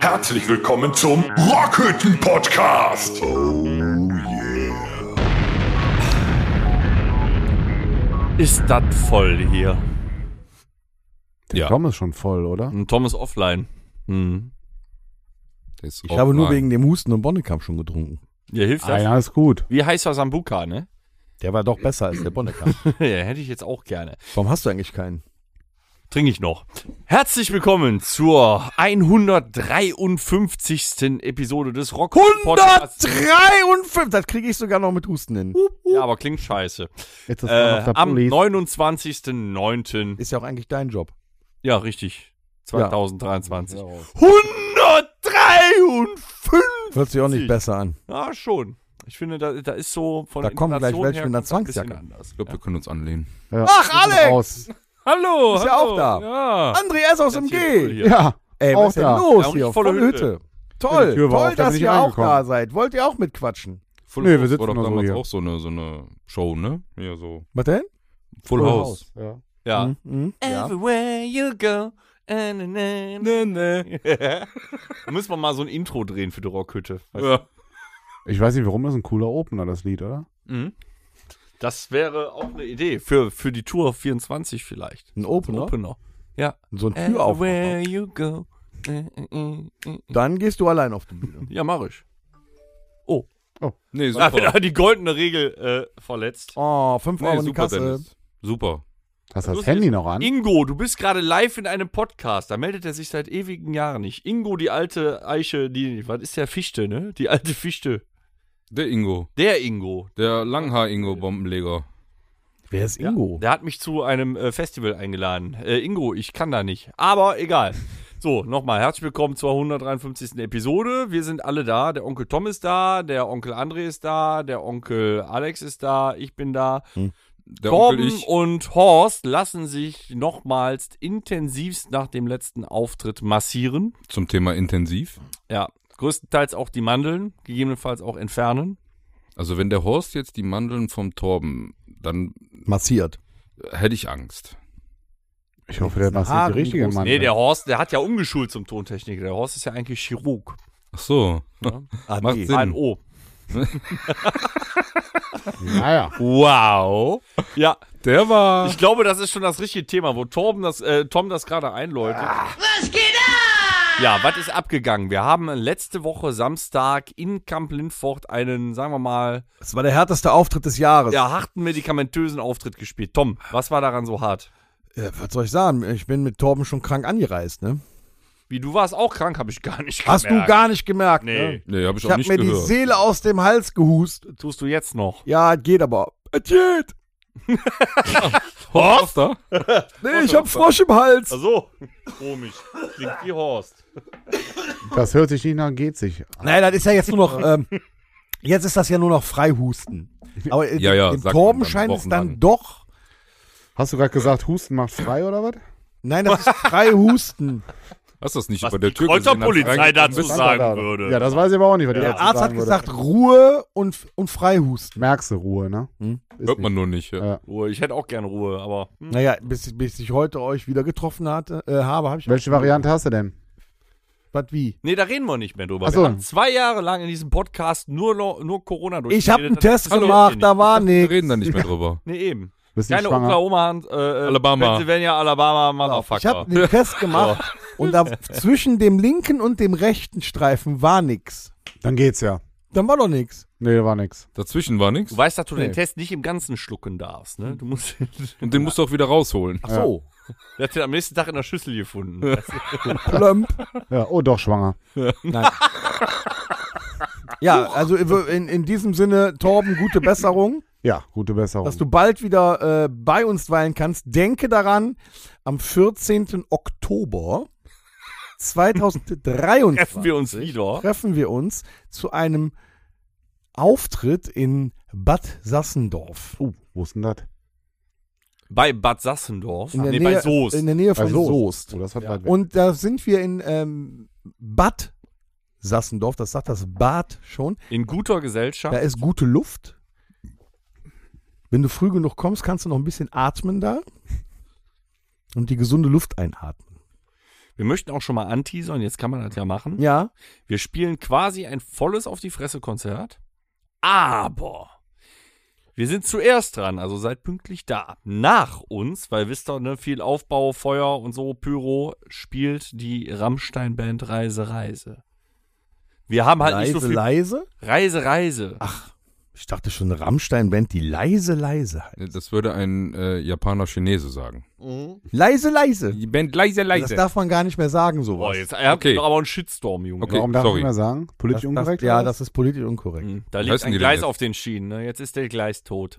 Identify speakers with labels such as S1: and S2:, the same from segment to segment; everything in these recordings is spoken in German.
S1: Herzlich willkommen zum Rockhütten Podcast. Oh yeah.
S2: Ist das voll hier?
S3: Der
S4: Ja.
S3: Tom ist schon voll, oder?
S2: Ein Thomas offline. Hm.
S4: Der ist
S3: Ich habe nur
S4: offline.
S3: wegen dem Husten und Bonnekamp schon getrunken.
S2: Ja, hilft das?
S3: Ah, ist gut.
S2: Wie heißt er Sambuka, ne?
S3: Der war doch besser als der Bonnekamp.
S2: ja, hätte ich jetzt auch gerne.
S3: Warum hast du eigentlich keinen?
S2: Trinke ich noch. Herzlich willkommen zur 153. Episode des Rock Podcasts.
S3: 153! Das kriege ich sogar noch mit Husten hin.
S2: Ja, aber klingt scheiße.
S3: Jetzt ist
S2: Äh, am 29.09.
S3: Ist ja auch eigentlich dein Job.
S2: Ja, richtig. 2023.
S3: Ja.
S2: 153!
S3: Hört sich auch nicht besser an.
S2: Ja, schon. Ich finde, da, da ist so von
S3: Da
S2: der
S3: kommen gleich
S2: Intonation
S3: welche
S2: her
S3: mit einer
S2: kommt das ein bisschen
S3: Zwangsjacke.
S2: anders.
S4: Ich glaube, wir können uns anlehnen.
S3: Ach, Alex!
S2: Hallo,
S3: Ist ja
S2: hallo.
S3: auch da.
S2: Ja.
S3: André S. aus dem
S2: Jetzt hier
S3: G.
S2: voll hier.
S3: Ja, Ey,
S4: auch
S3: was ist denn
S4: da.
S3: los
S2: Ja, und
S3: hier?
S2: nicht volle
S3: Volle
S2: Hütte.
S3: Hütte. Toll,
S4: Die Tür war
S3: toll,
S4: auf, da
S3: dass
S4: bin ich
S3: ihr auch
S4: reingekommen.
S3: da seid. Wollt ihr auch mitquatschen?
S4: Full
S3: Nö, wir
S4: House
S3: sitzen
S4: war doch
S3: nur so
S4: damals
S3: hier.
S4: auch so eine, so eine Show, ne? Ja, so.
S3: Was denn?
S4: Full, House.
S3: Ja.
S2: Ja.
S3: Mhm, mhm. ja.
S2: Everywhere you go. äh, ne, ne, ne, ne. Müssen wir mal so ein Intro drehen für die Rockhütte.
S4: Ja.
S5: Ich weiß nicht, warum das ist ein cooler Opener, das Lied, oder?
S2: Mhm. Das wäre auch eine Idee für, für die Tour 24 vielleicht.
S3: Ein Opener?
S2: Opener. Ja.
S3: ne? So ein Tür auf.
S2: Everywhere you go. äh, äh, äh.
S3: Dann gehst du allein auf die Bühne.
S2: Ja, mach ich.
S4: Nee, super.
S2: Da hat er die goldene Regel äh, verletzt.
S3: Oh, 5
S4: nee,
S3: Euro in die
S4: super,
S3: Kasse.
S4: Dennis. Super.
S5: Hast
S2: Ja,
S5: du
S2: du
S5: das Handy
S2: siehst-
S5: noch an?
S2: Ingo, du bist gerade live in einem Podcast. Da meldet er sich seit ewigen Jahren nicht. Ingo, die alte Eiche, die, was ist der Fichte, ne? Die alte Fichte.
S4: Der Ingo.
S2: Der Ingo.
S4: Der Langhaar-Ingo-Bombenleger.
S3: Wer ist
S2: Ja,
S3: Ingo?
S2: Der hat mich zu einem äh, Festival eingeladen. Äh, Ingo, ich kann da nicht. Aber egal. So, nochmal, herzlich willkommen zur 153. Episode. Wir sind alle da. Der Onkel Tom ist da, der Onkel André ist da, der Onkel Alex ist da, ich bin da.
S4: Der Onkel
S2: Torben
S4: ich.
S2: und Horst lassen sich nochmals intensivst nach dem letzten Auftritt massieren.
S4: Zum Thema intensiv.
S2: Ja, größtenteils auch die Mandeln, gegebenenfalls auch entfernen.
S4: Also, wenn der Horst jetzt die Mandeln vom Torben, dann
S3: Massiert.
S4: hätte ich Angst.
S5: Ich hoffe, der macht
S3: Haare
S5: nicht die richtige
S3: groß.
S5: Mann.
S2: Nee, der Horst, der hat ja umgeschult zum Tontechniker. Der Horst ist ja eigentlich Chirurg. Ne?
S4: Ach so.
S3: AD.
S4: Macht Sinn.
S2: HNO.
S5: Naja.
S2: Wow. Ja,
S4: Der
S3: Ah.
S4: war.
S2: ich glaube, das ist schon das richtige Thema, wo Torben das, äh, Tom das gerade einläutet.
S3: Ah.
S2: Ja, was ist abgegangen? Wir haben letzte Woche Samstag in Kamp Lindfort einen, sagen wir mal,
S3: Das war der härteste Auftritt des Jahres.
S2: ja, harten medikamentösen Auftritt gespielt. Tom, was war daran so hart?
S3: Äh, was soll ich sagen? Ich bin mit Torben schon krank angereist, ne?
S2: Wie du warst auch krank, habe ich gar nicht gemerkt.
S3: Hast du gar nicht gemerkt,
S2: Nee.
S3: ne?
S4: Nee, habe ich,
S3: Ich
S4: auch
S3: hab mir
S4: nicht gehört.
S3: die Seele aus dem Hals gehust.
S2: Tust du jetzt noch?
S3: Ja, es geht aber. Es geht.
S4: Horst? da?
S3: Nee, ich hab Frosch im Hals.
S4: Also-
S2: so, komisch. Klingt wie Horst.
S5: Das hört sich nicht nach, geht sich.
S3: Nein, das ist ja jetzt nur noch. Ähm, jetzt ist das ja nur noch Freihusten. Aber äh,
S4: Ja, ja,
S3: dem
S4: sagt
S3: Torben
S4: man dann
S3: scheint es dann
S4: wochenlang.
S3: doch.
S5: Hast du gerade gesagt, Husten macht frei oder was?
S3: Nein, das ist Freihusten.
S4: Hast du das nicht
S2: Was
S4: über der
S2: die
S4: Tür gesehen, als
S2: Kräuterpolizei
S4: reingekommen
S2: dazu
S4: bist?
S2: sagt. Sagen
S5: Da, da.
S2: würde.
S5: Ja, das weiß ich aber auch nicht, was
S3: Der
S5: dazu
S3: Arzt hat
S5: sagen würde.
S3: gesagt Ruhe und, und Freihusten.
S5: Merkst du Ruhe, ne? Ist
S4: Hört man nur nicht. Ja.
S5: Ja.
S2: Ruhe, ich hätte auch gerne Ruhe, aber hm,
S3: Naja, bis, bis ich heute euch wieder getroffen hatte, äh, habe, habe ich.
S5: nicht. Welche Variante hast du denn?
S3: Was wie?
S2: nee, da reden wir nicht mehr drüber.
S5: Ach so.
S2: Wir haben zwei Jahre lang in diesem Podcast nur, lo- nur Corona durch.
S3: Ich habe einen Test
S2: Hallo,
S3: gemacht, da war
S4: Wir
S3: nichts.
S4: reden da nicht mehr drüber.
S2: Nee, eben.
S5: Bist nicht
S2: Keine
S5: schwanger?
S2: Oklahoma, äh, äh,
S4: Alabama.
S2: Pennsylvania, Alabama, Motherfucker.
S3: Ich habe einen Test gemacht und da zwischen dem linken und dem rechten Streifen war nichts.
S5: Dann geht's ja.
S3: Dann war doch nichts.
S5: Nee, war nix.
S4: Dazwischen war nichts.
S2: du weißt, dass du den
S3: Nee.
S2: Test nicht im Ganzen schlucken darfst, ne? Du musst,
S4: Und den musst du auch wieder rausholen.
S3: Ach so.
S2: der hat den am nächsten Tag in der Schüssel gefunden.
S3: Plömp.
S5: Ja, oh, doch, schwanger.
S3: Nein. Ja, also in, in diesem Sinne, Torben, gute Besserung,
S5: Ja, gute Besserung.
S3: dass du bald wieder äh, bei uns weilen kannst. Denke daran, am 14. Oktober 2023
S2: Treffen wir uns wieder.
S3: treffen wir uns zu einem Auftritt in Bad Sassendorf.
S5: uh, wo ist denn das?
S2: Bei Bad Sassendorf.
S3: In der,
S2: nee,
S3: Nähe,
S2: bei Soest.
S3: In der Nähe von
S5: Bei Soest.
S3: Soest.
S5: Oh, das war weit weg.
S3: Und da sind wir in ähm, Bad Sassendorf, das sagt das Bad schon.
S2: in guter Gesellschaft.
S3: Da ist gute Luft. Wenn du früh genug kommst, kannst du noch ein bisschen atmen da. und die gesunde Luft einatmen.
S2: Wir möchten auch schon mal anteasern, jetzt kann man das ja machen.
S3: Ja,
S2: Wir spielen quasi ein volles Auf die Fresse Konzert, aber wir sind zuerst dran, also seid pünktlich da. Nach uns, weil wisst ihr, ne, viel Aufbau, Feuer und so, Pyro, spielt die Rammstein-Band Reise, Reise. Wir haben halt
S3: leise,
S2: nicht so viel.
S3: leise.
S2: Reise, Reise.
S3: Ich dachte schon, eine Rammstein-Band, die leise, leise halt. heißt.
S4: Das würde ein äh, Japaner-Chinese sagen.
S3: Leise, leise.
S4: Die Band leise,
S3: Das
S4: leise.
S3: darf man gar nicht mehr sagen,
S2: Boah,
S3: sowas.
S2: Oh, jetzt ihr habt
S4: Okay.
S2: doch aber einen Shitstorm, Junge.
S4: Okay.
S5: Warum darf
S4: sorry.
S5: ich mal sagen? Politisch
S3: das, das,
S5: unkorrekt?
S3: ja,
S5: oder
S3: das
S5: was?
S3: ist politisch unkorrekt.
S2: Mhm. Da
S4: Was
S2: liegt
S4: heißen
S2: ein
S4: die denn
S2: Gleis
S4: jetzt?
S2: auf den Schienen, ne? Jetzt ist der Gleis tot.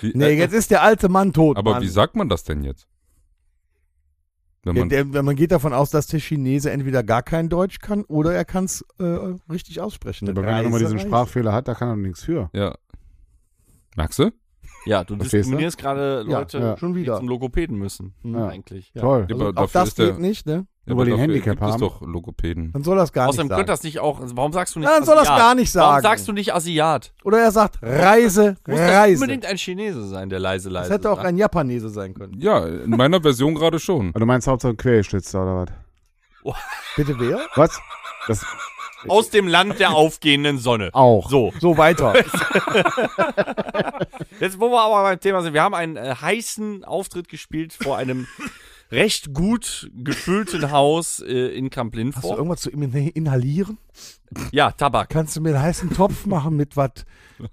S4: Wie-
S3: Nee,
S4: äh,
S3: jetzt ist der alte Mann tot.
S4: aber
S3: Mann.
S4: wie sagt man das denn jetzt? Wenn
S3: Ja,
S4: man,
S3: der, wenn man geht davon aus, dass der Chinese entweder gar kein Deutsch kann oder er kann es äh, richtig aussprechen.
S5: Aber wenn er nochmal diesen Sprachfehler hat, da kann er nichts für.
S4: ja. Merkst du?
S2: Ja, du
S5: Verstehst du?
S2: diskriminierst gerade
S3: Ja,
S2: Leute,
S5: ja.
S3: schon
S2: die
S3: wieder.
S2: zum Logopäden müssen,
S5: Ja.
S2: eigentlich.
S3: Ja.
S5: Toll.
S4: Ja,
S3: Also,
S4: aber
S3: auch
S4: dafür
S3: das
S4: ist der-
S3: geht nicht, ne?
S4: Ja,
S5: Nur weil die ein
S4: dafür
S5: Handicap
S4: gibt es
S5: haben.
S4: doch Logopäden.
S3: Dann soll das gar
S2: Außerdem
S3: nicht sagen.
S2: könnte das nicht auch, also warum sagst du nicht
S3: Ja, dann soll das
S2: Asiat?
S3: gar nicht
S2: Warum
S3: sagen.
S2: sagst du nicht Asiat?
S3: Oder er sagt Reise,
S2: Muss das
S3: Reise.
S2: unbedingt ein Chinese sein, der leise leise
S3: Das hätte auch
S2: sagt?
S3: ein Japanese sein können.
S4: Ja, in meiner Version gerade schon.
S5: Aber du meinst Hauptsache Querschlitzer oder was?
S3: Bitte wer?
S5: Was? Das
S2: Aus dem Land der aufgehenden Sonne.
S5: auch.
S2: So,
S3: So weiter.
S2: jetzt wo wir aber beim Thema sind, wir haben einen äh, heißen Auftritt gespielt vor einem recht gut gefüllten Haus äh, in Kamp
S3: Hast du
S2: Lindfort.
S3: irgendwas zu in- inhalieren?
S2: Ja, Tabak.
S3: Kannst du mir einen heißen Topf machen mit was?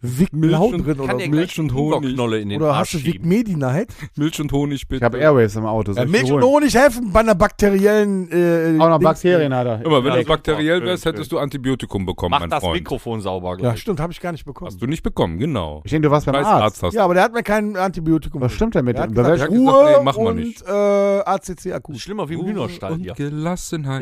S3: Vic Blau drin
S2: der
S3: oder, so?
S2: gleich
S4: Milch und Honig.
S2: Knolle in den
S3: oder
S2: Arsch
S3: hast du Vic
S2: schieben.
S3: Medi halt?
S4: Milch und Honig bitte.
S5: Ich habe Airwaves im Auto. soll
S3: Ja,
S5: ich
S3: Milch
S5: die
S3: und
S5: holen?
S3: Honig helfen bei einer bakteriellen. Äh,
S5: Auch noch
S3: Dings-
S5: Bakterien hat er.
S4: Immer wenn
S2: Ja,
S4: du
S2: super.
S4: bakteriell wärst,
S2: Schön,
S4: hättest du Antibiotikum bekommen,
S2: Mach
S4: mein
S2: das
S4: Freund.
S2: Mikrofon sauber,
S3: Ja,
S2: glaub ich.
S3: stimmt, habe ich gar nicht bekommen.
S4: Hast du nicht bekommen, genau.
S5: Ich denke, du warst beim
S4: Scheiß
S5: Arzt.
S4: hast
S3: Ja,
S4: du.
S3: aber der hat mir kein Antibiotikum.
S5: Was stimmt denn mit
S3: Er hat
S5: dem? Bei
S3: gesagt,
S5: welcher-
S4: Ich hab
S3: Ruhe
S4: gesagt, nee, mach mal
S3: und
S4: nicht.
S3: Äh, ACC akut.
S2: Schlimmer wie im Hühnerstall
S4: und
S2: hier.
S4: Gelassenheit.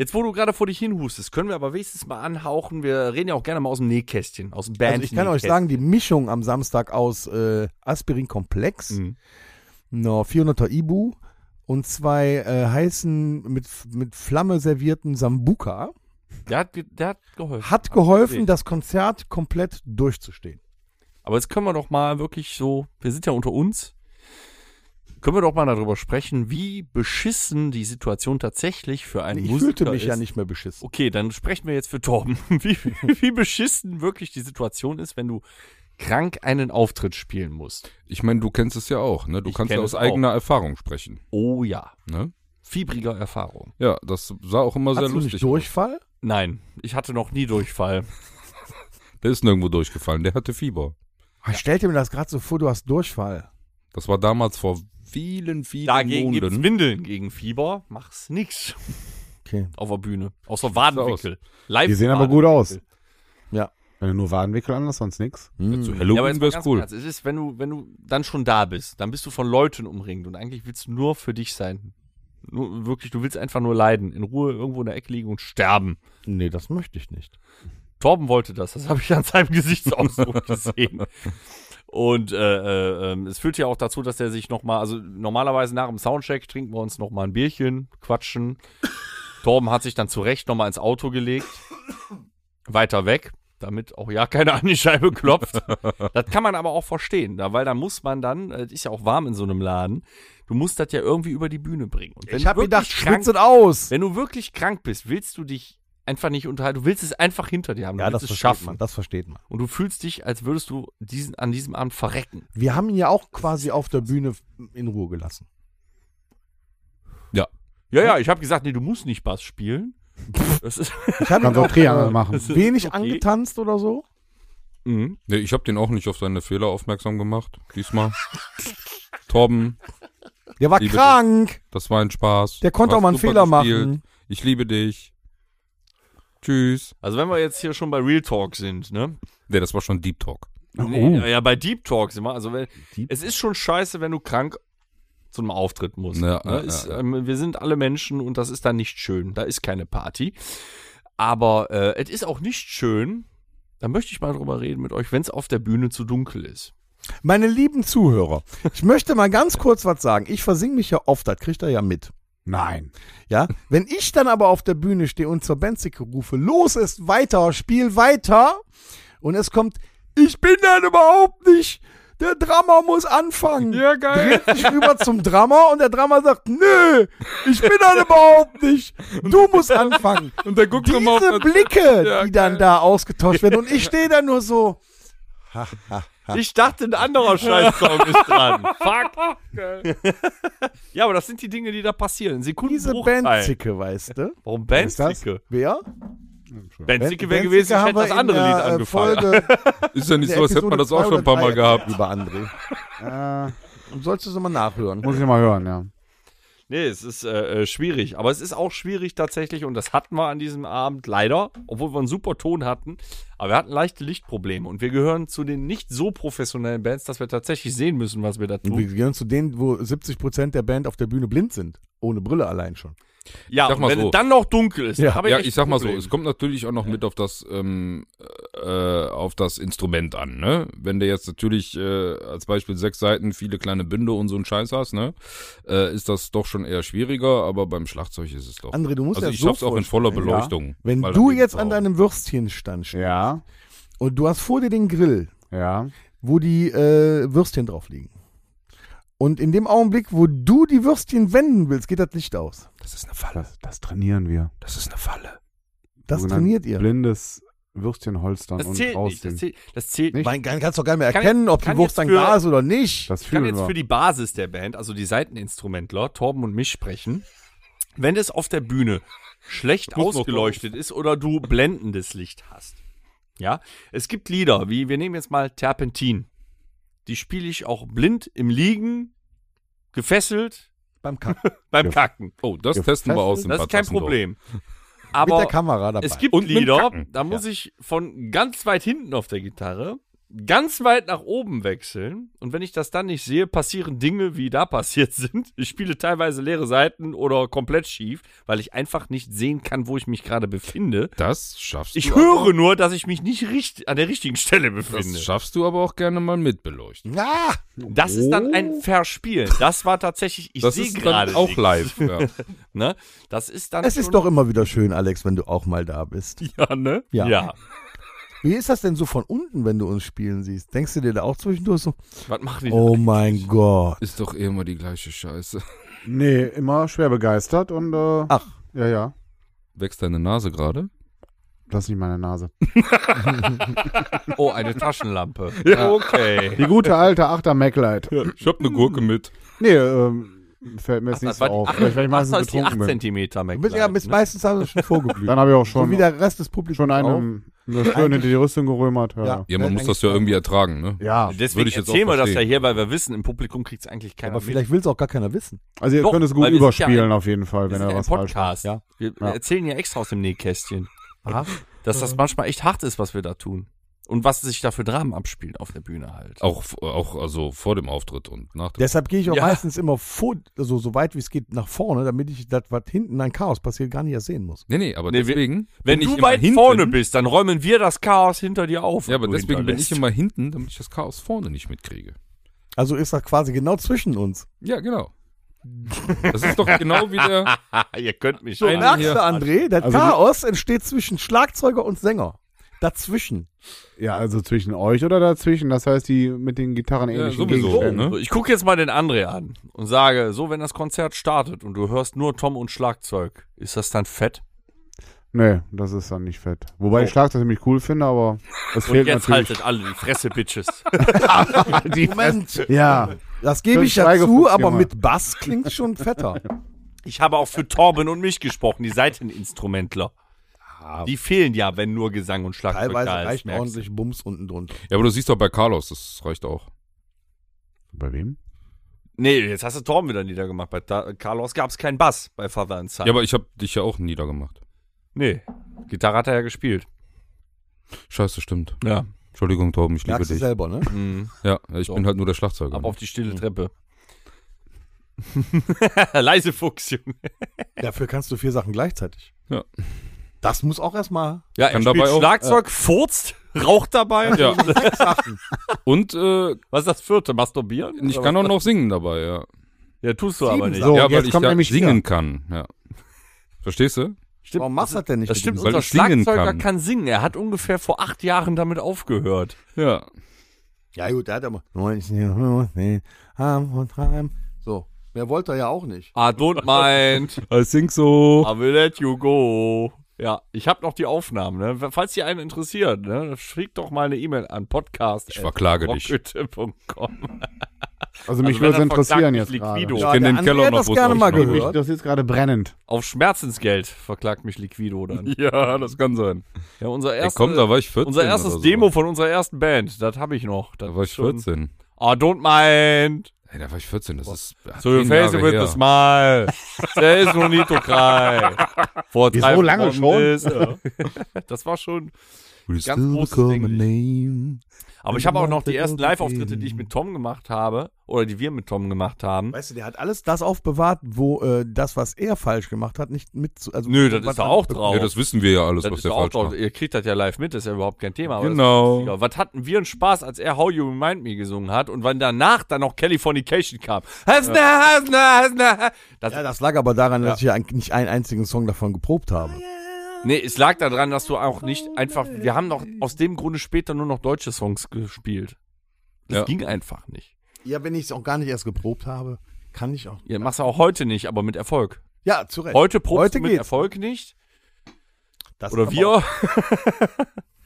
S2: Jetzt, wo du gerade vor dich hinhustest, können wir aber wenigstens mal anhauchen. Wir reden ja auch gerne mal aus dem Nähkästchen, aus dem Band.
S3: Also ich kann euch sagen, die Mischung am Samstag aus äh, Aspirin-Komplex,
S2: Mhm.
S3: no, 400er Ibu und zwei äh, heißen, mit, mit Flamme servierten Sambuka
S2: Der hat, ge- der hat geholfen.
S3: hat geholfen, das Konzert komplett durchzustehen.
S2: Aber jetzt können wir doch mal wirklich so, wir sind ja unter uns, können wir doch mal darüber sprechen, wie beschissen die Situation tatsächlich für einen
S3: Ich
S2: Musiker
S3: fühlte mich
S2: ist.
S3: ja nicht mehr beschissen.
S2: Okay, dann sprechen wir jetzt für Torben, wie, wie beschissen wirklich die Situation ist, wenn du krank einen Auftritt spielen musst.
S4: Ich meine, du kennst es ja auch, ne? Du
S2: Ich
S4: kannst ja
S2: kenn
S4: aus
S2: es
S4: eigener Erfahrung sprechen,
S2: Oh ja,
S4: ne?
S2: fiebriger Erfahrung.
S4: Ja, das sah auch immer sehr
S3: Hast du
S4: lustig
S3: nicht Durchfall?
S2: Nein, ich hatte noch nie Durchfall.
S4: aus. Der ist nirgendwo durchgefallen, der hatte Fieber.
S3: Ich stellte mir das gerade so vor, du hast Durchfall.
S4: Das war damals vor vielen, vielen
S2: Dagegen gibt's
S4: Monaten.
S2: Windeln gegen Fieber, mach's nix
S3: Okay.
S2: auf der Bühne. Außer Wadenwickel. Live
S5: Die sehen aber gut aus.
S3: Ja.
S5: Wenn du nur Wadenwickel anlässt, sonst nix.
S4: Ja, zu
S2: Hm. Ja, aber
S4: Halloween
S2: jetzt mal
S4: wär's
S2: ganz
S4: cool.
S2: cool. Es ist, wenn du, wenn du dann schon da bist, dann bist du von Leuten umringt und eigentlich willst du nur für dich sein. Nur, wirklich, du willst einfach nur leiden, in Ruhe irgendwo in der Ecke liegen und sterben.
S3: Nee, das möchte ich nicht.
S2: Torben wollte das, das habe ich an seinem Gesichtsausdruck gesehen. Und äh, äh, ähm, es führt ja auch dazu, dass er sich nochmal, also normalerweise nach dem Soundcheck trinken wir uns nochmal ein Bierchen, quatschen. Torben hat sich dann zu Recht nochmal ins Auto gelegt, weiter weg, damit auch ja keiner an die Scheibe klopft. Das kann man aber auch verstehen, da, weil da muss man dann, äh, es ist ja auch warm in so einem Laden, du musst das ja irgendwie über die Bühne bringen. Und wenn
S3: ich
S2: du
S3: habe
S2: wirklich
S3: gedacht,
S2: krank
S3: schwitzen aus.
S2: wenn du wirklich krank bist, willst du dich einfach nicht unterhalten. Du willst es einfach hinter dir haben. Du willst es schaffen.
S3: Das versteht man.
S2: Und du fühlst dich, als würdest du diesen, an diesem Abend verrecken.
S3: Wir haben ihn ja auch quasi auf der Bühne in Ruhe gelassen.
S4: Ja.
S2: Ja, ja, ich habe gesagt, nee, du musst nicht Bass spielen. Hm? Das ist,
S3: Ich habe ihn
S5: Kannst auch
S3: auch
S5: Triangel
S3: äh,
S5: machen.
S2: das ist
S3: wenig
S2: okay.
S3: angetanzt oder so.
S2: Mhm.
S4: Nee, ich habe den auch nicht auf seine Fehler aufmerksam gemacht, diesmal. Torben,
S3: Der war
S4: Wie bitte?
S3: krank.
S4: das war ein Spaß.
S3: Der konnte
S4: Du
S3: auch mal einen
S4: hast
S3: Fehler
S4: super
S3: machen.
S4: Ich liebe dich. Tschüss.
S2: Also wenn wir jetzt hier schon bei Real Talk sind, ne?
S4: Nee, das war schon Deep Talk.
S2: Nee,
S4: Oh.
S2: Ja, bei Deep Talk sind wir. Also wenn, es ist schon scheiße, wenn du krank zu einem Auftritt musst.
S4: Ja,
S2: ne?
S4: ja,
S2: ist,
S4: ja, ja.
S2: Ähm, wir sind alle Menschen und das ist dann nicht schön. Da ist keine Party. Aber äh, es ist auch nicht schön, da möchte ich mal drüber reden mit euch, wenn es auf der Bühne zu dunkel ist.
S3: Meine lieben Zuhörer, ich möchte mal ganz kurz was sagen. Ich versinge mich ja oft, das kriegt er ja mit.
S5: Nein.
S3: Ja, wenn ich dann aber auf der Bühne stehe und zur Benzicke rufe, los ist weiter, spiel weiter, und es kommt, ich bin dann überhaupt nicht der Drama muss anfangen.
S4: Ja, geil.
S3: Dreht sich rüber zum Drama und der Drama sagt, nö, ich bin das überhaupt nicht. Du musst anfangen.
S4: Und der guckt nochmal auf
S3: Diese
S4: das
S3: Blicke,
S4: Ja,
S3: die dann
S4: geil.
S3: da ausgetauscht werden und ich stehe da nur so.
S2: Ich dachte, ein anderer Scheiß-Song ist dran. Fuck. ja, aber das sind die Dinge, die da passieren.
S3: Diese
S2: Sekundenbruchteil.
S3: Bandzicke, weißt du?
S2: Warum
S5: Ist das?
S2: Bandzicke?
S3: Wer?
S2: Bandzicke wäre
S3: Bandzicke
S2: gewesen, ich
S3: haben
S2: hätte das
S3: wir
S2: andere
S3: in
S2: Lied
S3: der, äh,
S2: angefangen.
S3: Folge
S4: Ist ja nicht
S3: der
S4: so, als
S3: Episode
S4: hätte man das auch
S3: zwei
S4: schon ein paar Mal
S3: oder drei
S4: gehabt.
S3: Über André.
S5: Äh,
S3: Sollst du es mal nachhören.
S5: muss ich mal hören, ja.
S2: Nee, es ist äh, äh, schwierig. Aber es ist auch schwierig tatsächlich, und das hatten wir an diesem Abend leider, obwohl wir einen super Ton hatten. Aber wir hatten leichte Lichtprobleme und wir gehören zu den nicht so professionellen Bands, dass wir tatsächlich sehen müssen, was wir da
S3: Und Wir
S2: tun.
S3: gehören zu denen, wo 70% der Band auf der Bühne blind sind. Ohne Brille allein schon.
S2: Ja,
S4: sag
S2: und
S4: mal
S2: wenn
S4: so.
S2: es dann noch dunkel ist,
S3: Ja.
S2: habe ich
S4: Ja,
S2: echt
S4: ich sag mal
S2: Probleme.
S4: so, es kommt natürlich auch noch mit auf das ähm, äh, auf das Instrument an, ne? Wenn du jetzt natürlich äh, als Beispiel sechs Seiten, viele kleine Bünde und so einen Scheiß hast, ne? Äh, ist das doch schon eher schwieriger, aber beim Schlagzeug ist es doch.
S3: André, du musst
S4: also
S3: dir das
S4: ich
S3: so
S4: schaff's auch in voller
S3: vorstellen,
S4: Beleuchtung.
S3: Wenn
S4: weil
S3: du
S4: dann
S3: jetzt
S4: geht's
S3: an
S4: auch.
S3: deinem Würstchenstand stehst
S5: Ja,
S3: und du hast vor dir den Grill,
S5: ja.
S3: wo die äh, Würstchen drauf liegen. Und in dem Augenblick, wo du die Würstchen wenden willst, geht das Licht aus.
S4: Das ist eine Falle.
S5: Das, das trainieren wir.
S4: Das ist eine Falle.
S3: Das
S5: Sogenannt
S3: trainiert ihr.
S5: Blindes Würstchenholstern
S2: Das
S5: und
S2: zählt nicht. Das
S5: rausziehen.
S2: zählt, das zählt
S5: Nicht?
S3: Man kann, kannst doch gar nicht mehr
S2: Kann-
S3: erkennen, ob die
S2: kann
S3: Wurst
S2: jetzt
S3: dann
S2: für-
S3: da ist oder nicht.
S5: Das
S2: Ich kann
S5: fühlen
S2: jetzt für
S5: wir.
S2: die Basis der Band, also die Seiteninstrumentler, Torben und mich sprechen. Wenn es auf der Bühne schlecht
S4: Muss noch
S2: ausgeleuchtet ist oder du blendendes Licht hast. Ja, es gibt Lieder, wie wir nehmen jetzt mal Terpentin. Die spiele ich auch blind im Liegen, gefesselt
S3: Beim Kacken.
S2: beim
S5: Ja.
S2: Kacken.
S4: Oh, das
S5: Ja,
S4: testen wir
S5: das-
S4: aus. in
S2: Das ist
S4: Bad
S2: kein
S4: Tassendorf.
S2: Problem.
S3: Mit der
S2: Aber
S3: Kamera dabei.
S2: es gibt
S4: Und mit
S2: Lieder,
S4: Kacken.
S2: da muss ich von ganz weit hinten auf der Gitarre ganz weit nach oben wechseln. Und wenn ich das dann nicht sehe, passieren Dinge, wie da passiert sind. Ich spiele teilweise leere Seiten oder komplett schief, weil ich einfach nicht sehen kann, wo ich mich gerade befinde.
S4: Das schaffst
S2: Ich
S4: du. aber-
S2: höre nur, dass ich mich nicht richt an der richtigen Stelle befinde.
S4: Das schaffst du aber auch gerne mal mit beleuchten.
S3: ah,
S2: Das ist dann ein Verspielen. Das war tatsächlich, ich
S4: Oh. das
S2: sehe
S4: ist dann
S2: gerade
S4: auch
S2: nichts,
S4: live. Ja.
S2: Ne? Das ist dann
S3: es ist
S2: schon-
S3: doch immer wieder schön, Alex, wenn du auch mal da bist.
S2: ja, ne?
S3: Ja.
S2: ja.
S3: Wie ist das denn so von unten, wenn du uns spielen siehst? Denkst du dir da auch zwischendurch so,
S2: Was machen die?
S3: oh mein Gott.
S4: Ist doch eh immer die gleiche Scheiße.
S5: Nee, immer schwer begeistert und äh,
S3: Ach.
S5: Ja, ja.
S4: Wächst deine Nase gerade?
S5: Das ist nicht meine Nase.
S2: Oh, eine Taschenlampe. Ja. Okay.
S5: Die gute alte Achter MacLight.
S4: Ich hab ne Gurke mit.
S5: Nee, ähm, fällt mir jetzt nicht
S2: Das
S5: so
S2: war die,
S5: auf.
S2: ach,
S5: Vielleicht, weil ich
S2: ach, so
S5: meistens
S2: ist die 8
S5: betrunken bin.
S2: Zentimeter
S3: Du
S2: McLaren. ne?
S3: bist ja bis meistens haben sie schon vorgeblüht.
S5: Dann habe ich auch
S3: So
S5: schon,
S3: wie der Rest des Publikums.
S5: schon
S3: auch.
S5: einem das Schöne hinter die Rüstung gerömert. Ja.
S3: Ja.
S5: ja.
S4: Ja, man
S3: Ja,
S4: muss das ja irgendwie ertragen, ne?
S2: Deswegen
S4: Würde ich jetzt
S2: erzählen
S4: auch
S2: wir das ja
S4: verstehen.
S2: hier, weil wir wissen, im Publikum kriegt es eigentlich keiner
S3: Aber
S2: mit.
S3: vielleicht will es auch gar keiner wissen.
S5: Also ihr
S2: Doch,
S5: könnt es gut
S2: weil wir sind ja
S5: überspielen
S2: ein-
S5: auf jeden Fall,
S2: Wir
S5: wenn
S2: sind
S5: ihr
S2: ein
S5: was falsch macht.
S2: Podcast.
S3: Ja.
S2: Wir
S5: Ja.
S2: erzählen ja extra aus dem Nähkästchen,
S3: Aha.
S2: dass das manchmal echt hart ist, was wir da tun. Und was sich da für Dramen abspielt auf der Bühne halt.
S4: Auch, auch also vor dem Auftritt und nach dem.
S3: Deshalb gehe ich auch
S2: Ja.
S3: meistens immer vor, also so weit wie es geht nach vorne, damit ich das, was hinten an Chaos passiert, gar nicht erst sehen muss.
S4: Nee, nee, aber
S2: Nee, wir-
S4: deswegen.
S2: Wenn
S4: bin ich
S2: du
S4: immer
S2: weit
S4: hinten,
S2: vorne bist, dann räumen wir das Chaos hinter dir auf.
S4: Ja,
S2: was
S4: aber
S2: du
S4: deswegen bin
S2: hinterlässt.
S4: ich immer hinten, damit ich das Chaos vorne nicht mitkriege.
S3: Also ist das quasi genau zwischen uns.
S4: Ja, genau. Das ist doch genau wie der.
S2: Ah, ihr könnt mich
S4: So,
S2: ein-
S4: na-
S3: Merkst du, André, das
S5: Also-
S3: Chaos entsteht zwischen Schlagzeuger und Sänger. Dazwischen.
S5: Ja, also zwischen euch oder dazwischen. Das heißt, die mit den Gitarren
S4: Ja,
S5: ähnlichen
S4: sowieso,
S5: Gegenständen.
S4: ne?
S2: So, Ich gucke jetzt mal den André an und sage, so, wenn das Konzert startet und du hörst nur Tom und Schlagzeug, ist das dann fett?
S5: Nee, das ist dann nicht fett. Wobei
S2: Oh.
S5: ich Schlagzeug ziemlich cool finde, aber es
S2: Und
S5: fehlt
S2: jetzt
S5: natürlich.
S2: haltet alle die Fresse, Bitches.
S3: Moment.
S5: Ja,
S3: Das gebe
S5: Schön
S3: ich ja zu,
S5: Schweigefuchs,
S3: aber
S5: Junge.
S3: mit Bass klingt schon fetter.
S2: Ich habe auch für Torben und mich gesprochen, die Seiteninstrumentler. Die fehlen ja, wenn nur Gesang und Schlagzeug
S3: Teilweise
S2: da ist.
S3: reicht
S2: merkst du.
S3: ordentlich Bums unten drunter.
S4: Ja, aber du siehst doch bei Carlos, das reicht auch.
S5: bei wem?
S2: Nee, jetzt hast du Torben wieder niedergemacht. Bei Ta Carlos gab es keinen Bass bei Father and Son.
S4: Ja, aber ich hab dich ja auch niedergemacht.
S2: nee, Gitarre hat er ja gespielt.
S4: Scheiße, stimmt.
S2: Ja.
S4: Entschuldigung, Torben, ich liebe
S3: Merkst du
S4: dich.
S3: selber, ne?
S2: Mhm.
S4: Ja, ich
S2: So.
S4: bin halt nur der Schlagzeuger.
S2: Ab auf die stille Treppe. Leise Fuchs, Junge.
S3: Dafür kannst du vier Sachen gleichzeitig.
S4: Ja.
S3: Das muss auch erstmal.
S2: Ja,
S4: Kann dabei auch-
S2: Schlagzeug, furzt, raucht dabei.
S4: äh, Ja. Und äh,
S2: Was ist das vierte? Masturbieren?
S4: ich
S2: Oder
S4: kann auch noch singen dabei, ja.
S2: was? Ja, tust du
S3: Sieben
S2: aber nicht.
S3: Sachen. So,
S4: ja,
S5: und
S4: weil
S5: jetzt
S4: ich
S5: kommt
S4: ja
S5: nämlich
S4: singen
S5: hier.
S4: kann. Ja. Verstehst du?
S2: Stimmt,
S3: Warum machst du das denn nicht?
S2: Das
S3: mit
S2: stimmt,
S3: diesem-
S4: Weil
S2: unser
S4: ich singen
S2: Schlagzeuger kann.
S4: kann.
S2: singen. Er hat ungefähr vor acht Jahren damit aufgehört.
S4: Ja.
S3: Ja, gut, der hat aber. 19, Arm und Reim. So. Mehr wollte er ja auch nicht.
S2: I don't mind.
S4: I think so.
S2: I will let you go. Ja, ich habe noch die Aufnahmen. Ne? Falls die einen interessiert, ne? schickt doch mal eine E-Mail an podcast.
S4: Ich verklage dich.
S5: Also mich
S2: wenn
S5: würde es
S2: er
S5: interessieren
S2: verklagt
S5: jetzt
S2: ist
S5: gerade.
S2: Liquido.
S5: Ja.
S2: Ja,
S4: kenn
S3: der
S4: den
S3: André
S4: Keller
S3: hat
S4: noch,
S3: das
S4: wo es
S3: gerne mal
S4: manchmal
S5: Mich
S3: gehört.
S5: interessiert gerade brennend.
S2: Auf Schmerzensgeld verklagt mich Liquido dann.
S4: Ja, das kann sein.
S2: Ja, unser,
S4: Ey,
S2: erste,
S4: komm, da war ich 14.
S2: unser erstes
S4: oder so.
S2: Demo von unserer ersten Band, das habe ich noch. Das
S4: Da war ich
S2: ist schon-
S4: 14.
S2: I don't mind.
S4: Ey, da war ich 14, das ist.
S2: So you
S4: zehn
S2: face it
S4: Jahre
S2: with
S4: her.
S2: a smile. There is no need to cry. Vor
S5: Wie,
S2: drei
S5: so lange
S2: Wochen
S5: schon?
S2: Ist, ja. Das war schon
S4: We
S2: ganz
S4: still
S2: großes
S4: call my
S2: Ding.
S4: name.
S2: Aber ich habe auch noch die ersten Live-Auftritte, die ich mit Tom gemacht habe, oder die wir mit Tom gemacht haben.
S3: Weißt du, der hat alles das aufbewahrt, wo äh, das, was er falsch gemacht hat, nicht mit. zu- Also,
S2: Nö, das
S3: was
S2: ist da
S3: er-
S2: auch drauf.
S4: Ja, das wissen wir ja alles,
S2: Das
S4: was
S2: ist
S4: der
S2: auch
S4: falsch
S2: drauf.
S4: macht.
S2: Ihr kriegt das ja live mit, das ist ja überhaupt kein Thema. aber das
S4: Genau.
S2: ist wichtiger. Was hatten wir einen Spaß, als er How You Remind Me gesungen hat und wann danach dann noch Californication kam. Hasna, hasna, hasna. Das,
S3: Ja, das lag aber daran, dass ich ja ein- nicht einen einzigen Song davon geprobt habe.
S2: Nee, es lag daran, dass du auch nicht einfach. Wir haben noch aus dem Grunde später nur noch deutsche Songs gespielt. Das
S4: Ja.
S2: ging einfach nicht.
S3: Ja, wenn ich es auch gar nicht erst geprobt habe, kann ich auch.
S2: Ihr machst du auch heute nicht, aber mit Erfolg.
S3: Ja, zu Recht.
S2: Heute probst
S3: Heute
S2: du mit
S3: geht's.
S2: Erfolg nicht.
S3: Das
S2: Oder
S3: kann
S2: wir.
S3: man auch-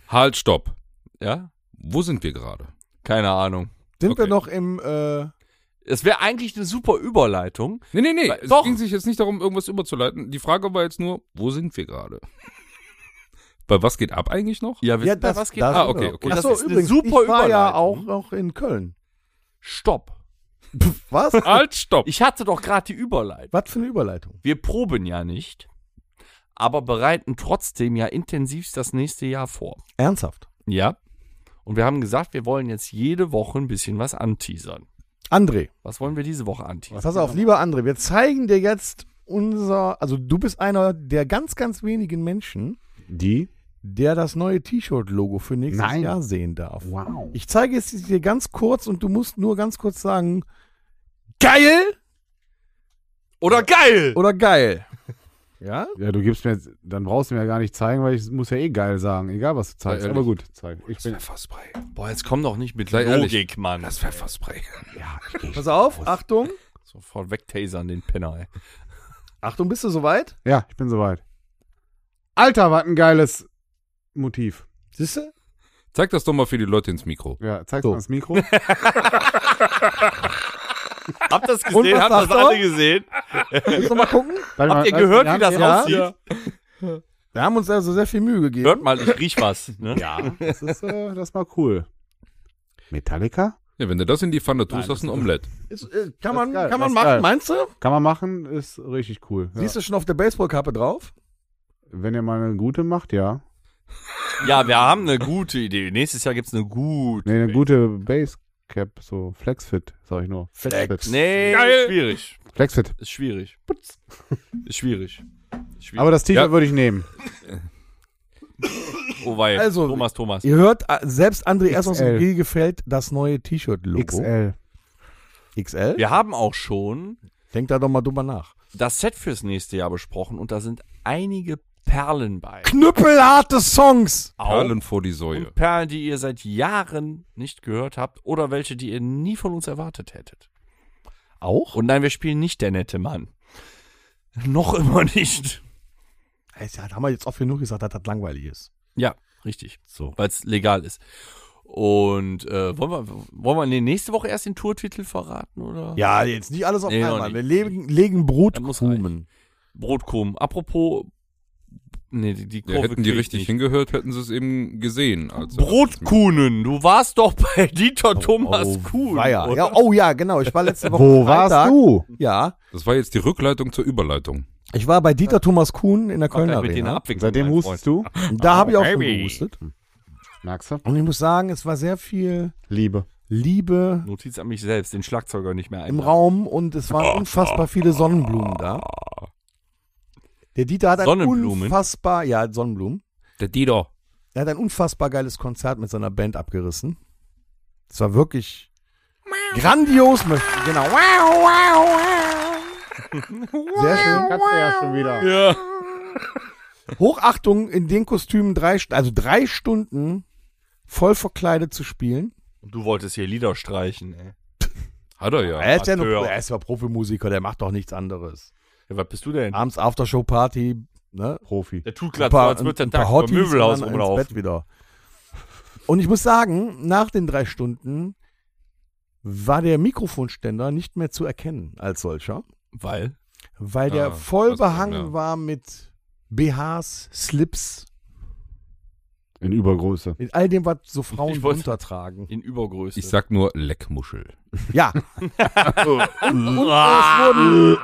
S4: Halt, stopp.
S2: Ja?
S4: Wo sind wir gerade?
S2: Keine Ahnung.
S3: Sind wir
S4: Okay.
S3: noch im. Äh,
S2: Es wäre eigentlich eine super Überleitung.
S4: Nee, nee, nee.
S2: Weil-
S4: Es
S2: Doch.
S4: ging sich jetzt nicht darum, irgendwas überzuleiten. Die Frage war jetzt nur, wo sind wir gerade? Bei was geht ab eigentlich noch?
S2: Ja, wir
S3: ja,
S2: sind bei
S3: das,
S2: was geht
S3: das,
S2: ab?
S4: Ah, okay, okay.
S3: Ach
S2: Das
S3: so,
S2: ist eine
S3: übrigens,
S2: super
S3: ich war ja
S2: Überleitung.
S3: auch noch in Köln.
S2: Stopp.
S3: Pff, was?
S2: Ah.
S4: Halt, stopp.
S2: Ich hatte doch gerade die Überleitung.
S3: was für eine Überleitung.
S2: Wir proben ja nicht, aber bereiten trotzdem ja intensivst das nächste Jahr vor.
S3: Ernsthaft.
S2: Ja. Und wir haben gesagt, wir wollen jetzt jede Woche ein bisschen was anteasern.
S3: André,
S2: Was wollen wir diese Woche anteasern?
S3: pass auf, lieber André, wir zeigen dir jetzt unser. Also, du bist einer der ganz, ganz wenigen Menschen,
S5: Die?
S3: der das neue T-Shirt-Logo für nächstes
S5: Nein.
S3: Jahr sehen darf.
S5: Wow.
S3: Ich zeige es dir ganz kurz und du musst nur ganz kurz sagen: Geil
S2: Oder geil!
S3: oder geil. Ja?
S5: Ja, du gibst mir jetzt, dann brauchst du mir ja gar nicht zeigen, weil ich muss ja eh geil sagen, egal was du zeigst.
S4: Ja,
S5: Aber gut, zeig. Ich bin,
S4: Pfefferspray.
S2: Boah, jetzt komm doch nicht mit
S4: Sei ehrlich.
S2: Logik, Mann.
S4: Das Pfefferspray. Ja,
S3: Pass auf, Achtung.
S2: Sofort wegtasern, den Penner, ey.
S3: Achtung, bist du soweit?
S5: ja, ich bin soweit. Alter, was ein geiles Motiv.
S3: Siehst du?
S4: Zeig das doch mal für die Leute ins Mikro.
S5: Ja, zeig's
S3: So.
S5: mal ins Mikro.
S2: Habt das
S3: Und was
S2: gesehen? Habt das
S3: sagt
S2: alle
S3: er?
S2: gesehen?
S3: Willst du mal äh, gucken?
S2: Habt ihr gehört, wie das
S3: ja.
S2: aussieht?
S3: Wir haben uns also sehr viel Mühe gegeben.
S2: Hört mal, ich riech was. Ne?
S5: Ja, das ist, äh, das war cool. Metallica?
S4: Ja, wenn du das in die Pfanne tust, hast du ein Omelett.
S3: Ist, äh, kann
S5: Das
S3: man,
S5: ist geil,
S3: kann
S5: das
S3: man
S5: ist
S3: machen,
S5: geil.
S3: meinst du?
S5: Kann man machen, ist richtig cool. Ja.
S3: Siehst du schon auf der Baseballkappe drauf?
S5: Wenn ihr mal eine gute macht, ja.
S2: Ja, wir haben eine gute Idee. Nächstes Jahr gibt's eine gute.
S5: Nee, eine gute Basecap, so Flexfit, sag ich nur. Flexfit.
S2: Nee,
S4: Geil.
S2: ist schwierig.
S5: Flexfit.
S2: Ist schwierig. Ist schwierig. Ist schwierig.
S5: Aber das T-Shirt
S4: Ja.
S5: würde ich nehmen.
S2: oh, wei.
S3: Also-
S2: Thomas, Thomas.
S3: Ihr hört, äh, selbst André Erstens
S5: XL.
S3: und G gefällt das neue T-Shirt-Logo.
S5: XL.
S3: XL?
S2: Wir haben auch schon
S3: Denkt da doch mal drüber nach.
S2: das Set fürs nächste Jahr besprochen und da sind einige Perlen bei.
S3: Knüppelharte Songs!
S2: Auch
S4: Perlen vor die Säue.
S2: und Perlen, die ihr seit Jahren nicht gehört habt oder welche, die ihr nie von uns erwartet hättet.
S3: Auch?
S2: Und nein, wir spielen nicht der nette Mann. Noch immer nicht.
S3: Das haben wir jetzt oft genug gesagt, dass das langweilig ist.
S2: Ja, richtig.
S3: So.
S2: Weil es legal ist. Und äh, wollen wir, wollen wir in der nächste Woche erst den Tourtitel verraten, oder?
S3: Ja, jetzt nicht alles auf
S2: Nee, noch
S3: einmal.
S2: nicht.
S3: Wir legen, legen
S2: Er muss
S3: Brotkrumen.
S2: Brotkrumen. Apropos. Nee, die, die
S4: Ja,
S2: Kurve
S4: hätten die
S2: krieg ich
S4: richtig
S2: nicht.
S4: hingehört, hätten sie es eben gesehen. Also, Als
S2: Brotkuhnen, du warst doch bei Dieter Thomas Kuhn.
S3: Oh, weia.
S2: oder?
S3: ja, oh ja, genau. Ich war letzte Woche
S5: Wo
S3: Freitag.
S5: warst du?
S3: Ja,
S4: Das war jetzt die Rückleitung zur Überleitung.
S3: ich war bei Dieter Thomas Kuhn in der
S2: Mach gleich
S3: Kölner
S2: mit den
S3: Arena.
S2: Abwicklungen,
S5: Seitdem
S2: mein
S5: hustest du?
S3: Da habe ich auch schon
S2: Baby.
S3: gehustet.
S5: Merkst du?
S3: Und ich muss sagen, es war sehr viel
S5: Liebe.
S3: Liebe,
S2: Freund. Notiz an mich selbst, den Schlagzeuger nicht mehr
S3: im
S2: ein.
S3: Raum und es waren unfassbar viele Sonnenblumen da. Der Dieter hat ein
S2: Sonnenblumen?
S3: unfassbar, ja, Sonnenblumen.
S4: Der Dieter.
S3: Er hat ein unfassbar geiles Konzert mit seiner Band abgerissen. Es war wirklich grandios, möchte ich- genau. Sehr schön.
S5: Kannst du ja schon wieder.
S2: Ja.
S3: Hochachtung in den Kostümen drei, St- also drei Stunden voll verkleidet zu spielen.
S2: Und du wolltest hier Lieder streichen, ey.
S4: Hat er ja.
S3: er, ist ja nur,
S2: Amateur.
S3: er ist ja Profimusiker, der macht doch nichts anderes.
S2: Ja, was bist du denn?
S3: Abends Aftershow-Party, ne? Profi.
S2: Der tut glatt so, als würde er Tag beim Möbelhaus
S3: und dann ins
S2: rumlaufen.
S3: Bett wieder. Und ich muss sagen, nach den drei Stunden war der Mikrofonständer nicht mehr zu erkennen als solcher,
S2: Weil?
S3: weil
S4: Ah,
S3: der voll
S4: das kann,
S3: behangen
S4: ja.
S3: war mit BHs, Slips,
S6: In Übergröße.
S3: mit all dem, was so Frauen
S2: Ich wollte-
S3: runtertragen.
S2: In Übergröße.
S4: Ich sag nur Leckmuschel.
S3: Ja. und, und
S2: Ah.
S3: es, wurden,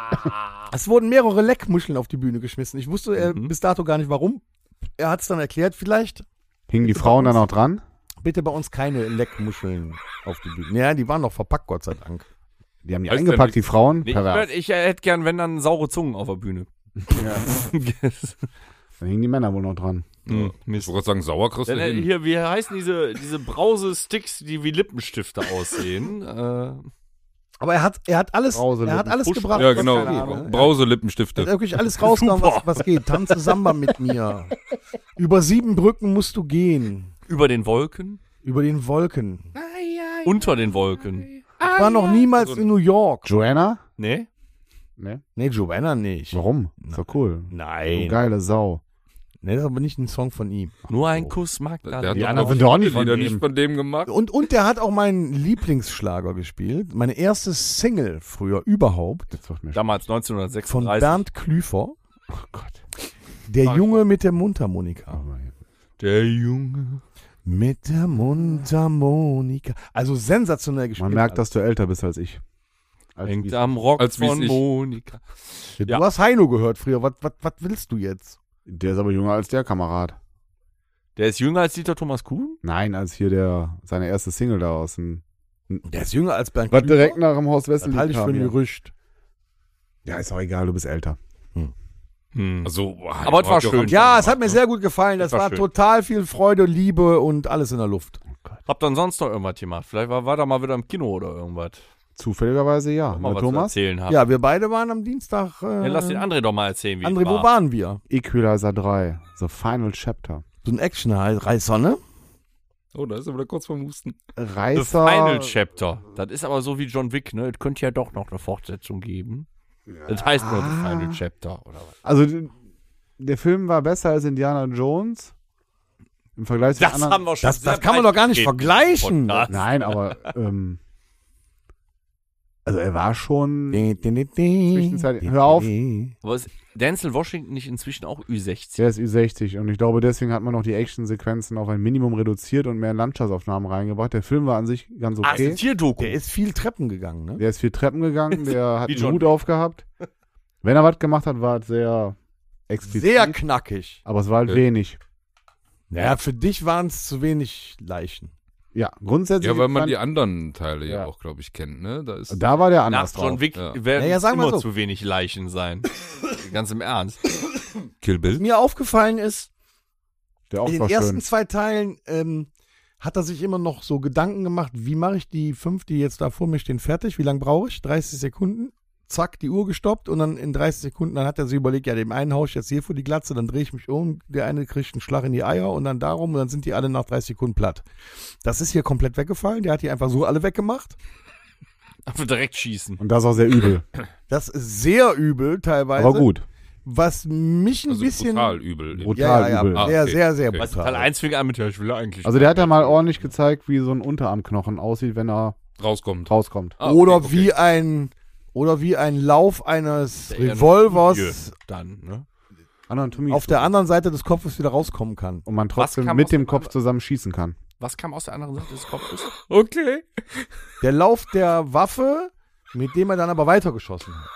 S3: es wurden mehrere Leckmuscheln auf die Bühne geschmissen. Ich wusste äh,
S2: Mhm.
S3: bis dato gar nicht warum. Er hat es dann erklärt, vielleicht
S6: Hingen die Frauen dann auch dran?
S3: bitte bei uns keine Leckmuscheln auf die Bühne. Ja, die waren noch verpackt, Gott sei Dank.
S6: Die haben die
S4: Weiß
S6: eingepackt,
S4: der
S6: die Frauen.
S2: nee, ich,
S6: Pervers.
S2: würd- ich äh, hätte gern, wenn dann saure Zungen auf der Bühne.
S6: Dann hingen die Männer wohl noch dran.
S2: Hm,
S4: Ich
S2: Mist.
S4: wollte gerade sagen, sauer kriegst
S2: Dann,
S4: du
S2: äh,
S4: hin.
S2: hier, wie heißen diese, diese Brause-Sticks, die wie Lippenstifte aussehen? äh,
S3: Aber er hat, er hat alles,
S6: Brause,
S3: er hat
S6: Lippen,
S3: alles
S2: Busch-
S3: gebracht.
S4: Ja,
S3: was
S4: genau.
S3: keine Ahnung. Er
S4: Brause,
S3: hat
S4: Lippenstifte.
S3: wirklich alles rausgenommen, was, was geht. Tanze Samba mit mir. Über sieben Brücken musst du gehen.
S2: über den Wolken?
S3: Über den Wolken.
S2: Unter den Wolken.
S3: Ich war noch niemals in New York.
S6: Joanna?
S2: Nee?
S6: Ne?
S3: Nee, Joanna nicht.
S6: Warum? Ist doch cool. Du
S3: Nein.
S6: geile Sau.
S3: Nee, das ist aber nicht ein Song von ihm.
S2: Nur ein Kuss mag
S4: Der
S2: dann.
S4: hat
S6: Die
S4: doch
S6: anderen
S4: noch
S6: sind doch auch nicht
S4: viele
S6: von
S4: Lieder
S6: dem.
S4: nicht von dem gemacht.
S3: Und, und der hat auch meinen Lieblingsschlager gespielt. Meine erste Single früher überhaupt.
S6: Jetzt wird mir
S2: Damals
S3: Von
S2: 1936.
S3: Bernd Klüfer.
S6: Oh Gott. Oh
S3: Der Junge mit der Mundharmonika.
S6: Aber
S2: Der Junge.
S3: Mit der Mundharmonika. Also sensationell gespielt.
S6: Man merkt, dass du älter bist als ich. Als
S2: Hängt
S6: Wies-
S2: am Rock
S4: Als wie's
S2: von
S4: ich.
S2: Monika.
S3: Du
S2: Ja.
S3: hast Heino gehört früher. Was, was, was willst du jetzt?
S6: der ist aber jünger als der Kamerad.
S2: Der ist jünger als Dieter Thomas Kuhn?
S6: Nein, als hier der seine erste Single da aus dem.
S3: Der ist jünger als Bernd
S6: Was direkt nach dem Haus
S3: Das
S6: Wessel
S3: halte ich für ein
S6: ja.
S3: Gerücht.
S6: ja, ist auch egal, du bist älter.
S2: Hm.
S4: Also, boah,
S2: Aber es war
S4: hat ja auch
S2: schön.
S4: einen
S3: Ja,
S4: Spaß
S3: es hat mir
S4: gemacht,
S3: sehr gut gefallen. Das
S2: Das war
S3: war
S2: schön.
S3: total viel Freude, Liebe und alles in der Luft.
S2: Habt dann sonst noch irgendwas gemacht? Vielleicht war, war da mal wieder im Kino oder irgendwas.
S6: Zufälligerweise ja.
S2: Mal
S6: Ne,
S2: was
S6: Thomas?
S2: zu erzählen haben.
S3: Ja, wir beide waren am Dienstag. Äh,
S2: Ja, lass den André doch mal erzählen, wie
S3: André,
S2: es
S3: wo
S2: war.
S3: waren wir?
S6: Equalizer 3, The Final Chapter.
S3: So ein Action-Reißer, ne?
S4: ne? Oh, da ist er wieder kurz vom Husten.
S2: The
S6: Reißer.
S2: Final Chapter. Das ist aber so wie John Wick, ne? Es könnte ja doch noch eine Fortsetzung geben. Das heißt nur The
S3: Ah.
S2: Final Chapter, oder was?
S6: also d- der Film war besser als Indiana Jones. Im Vergleich zu den anderen.
S2: wir schon.
S3: Das, das kann man doch gar nicht vergleichen.
S6: Nein, aber ähm, also er war schon. Zwischenzeitlich- Hör auf.
S3: Ja,
S2: Aber ist Denzel Washington nicht inzwischen auch Ü60?
S6: Der ist Ü60 und ich glaube, deswegen hat man noch die Actionsequenzen auf ein Minimum reduziert und mehr Landschaftsaufnahmen reingebracht. Der Film war an sich ganz
S2: Ah, ist ein
S6: okay.
S2: Tierdoku.
S3: Der ist viel Treppen gegangen, ne?
S6: Der ist vier Treppen gegangen, der hat
S2: Wie
S6: einen
S2: John
S6: Hut aufgehabt. Wenn er was gemacht hat, war es sehr explizit.
S3: Sehr knackig.
S6: aber es war halt
S4: Ja.
S6: wenig.
S3: Naja, für dich waren es zu wenig Leichen.
S6: Ja, grundsätzlich.
S4: Ja, weil man Also
S6: fand-
S4: die anderen Teile ja,
S6: Ja.
S4: auch, glaube ich, kennt, ne? Da
S3: Also
S4: ist
S6: da war der
S2: Nach
S6: anders drauf.
S2: John Wick
S4: Ja.
S2: werden
S3: Naja, sagen wir
S2: immer
S3: so.
S2: zu wenig Leichen sein. Ganz im Ernst.
S4: Kill Bill.
S3: Mir aufgefallen ist,
S6: Der auch
S3: In
S6: war
S3: den ersten
S6: schön.
S3: zwei Teilen ähm, hat er sich immer noch so Gedanken gemacht, wie mache ich die fünf, die jetzt da vor mir stehen, fertig? Wie lange brauche ich? 30 Sekunden. Zack, die Uhr gestoppt und dann in 30 Sekunden, dann hat er sich überlegt, ja, dem einen haue ich jetzt hier vor die Glatze, dann drehe ich mich um, der eine kriegt einen Schlag in die Eier und dann darum und dann sind die alle nach 30 Sekunden platt. Das ist hier komplett weggefallen, der hat die einfach so alle weggemacht.
S2: Einfach direkt schießen.
S6: Und das auch sehr übel.
S3: Das ist sehr übel teilweise.
S6: Aber gut.
S3: Was mich ein
S4: Also
S3: bisschen...
S4: brutal übel.
S6: Brut-
S3: ja, ja, ja,
S6: Brutal übel.
S3: Sehr,
S4: Ah, okay.
S3: sehr, sehr
S4: Okay.
S2: Weißt du,
S3: brutal.
S2: Teil 1 fing an mit, ja, ich will eigentlich.
S6: Also der hat ja mal ordentlich gezeigt, wie so ein Unterarmknochen aussieht, wenn er
S4: Rauskommt.
S6: rauskommt.
S4: Ah, okay,
S3: oder
S4: okay.
S3: wie ein oder wie ein Lauf eines
S2: Der ja noch
S3: Revolvers
S2: Dann, ne?
S6: Anatomie.
S3: auf der anderen Seite des Kopfes wieder rauskommen kann.
S6: Und man
S2: kam
S6: trotzdem
S2: aus
S6: mit dem
S2: dem-
S6: Kopf zusammen schießen kann.
S2: Was kam aus der anderen Seite des Kopfes? Okay.
S3: Der Lauf der Waffe, mit dem er dann aber weitergeschossen hat.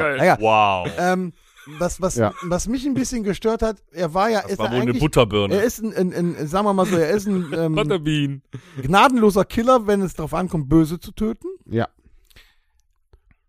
S6: Ja.
S3: Naja,
S2: Wow.
S3: ähm, was, was,
S6: Ja.
S3: was mich ein bisschen gestört hat, er war ja,
S2: Das
S3: ist
S2: war
S3: er
S2: wohl eine
S3: eigentlich,
S2: Butterbirne.
S3: er ist ein, ein, ein, sagen wir mal so, er ist ein ähm,
S4: Butterbean.
S3: gnadenloser Killer, wenn es darauf ankommt, Böse zu töten.
S6: Ja.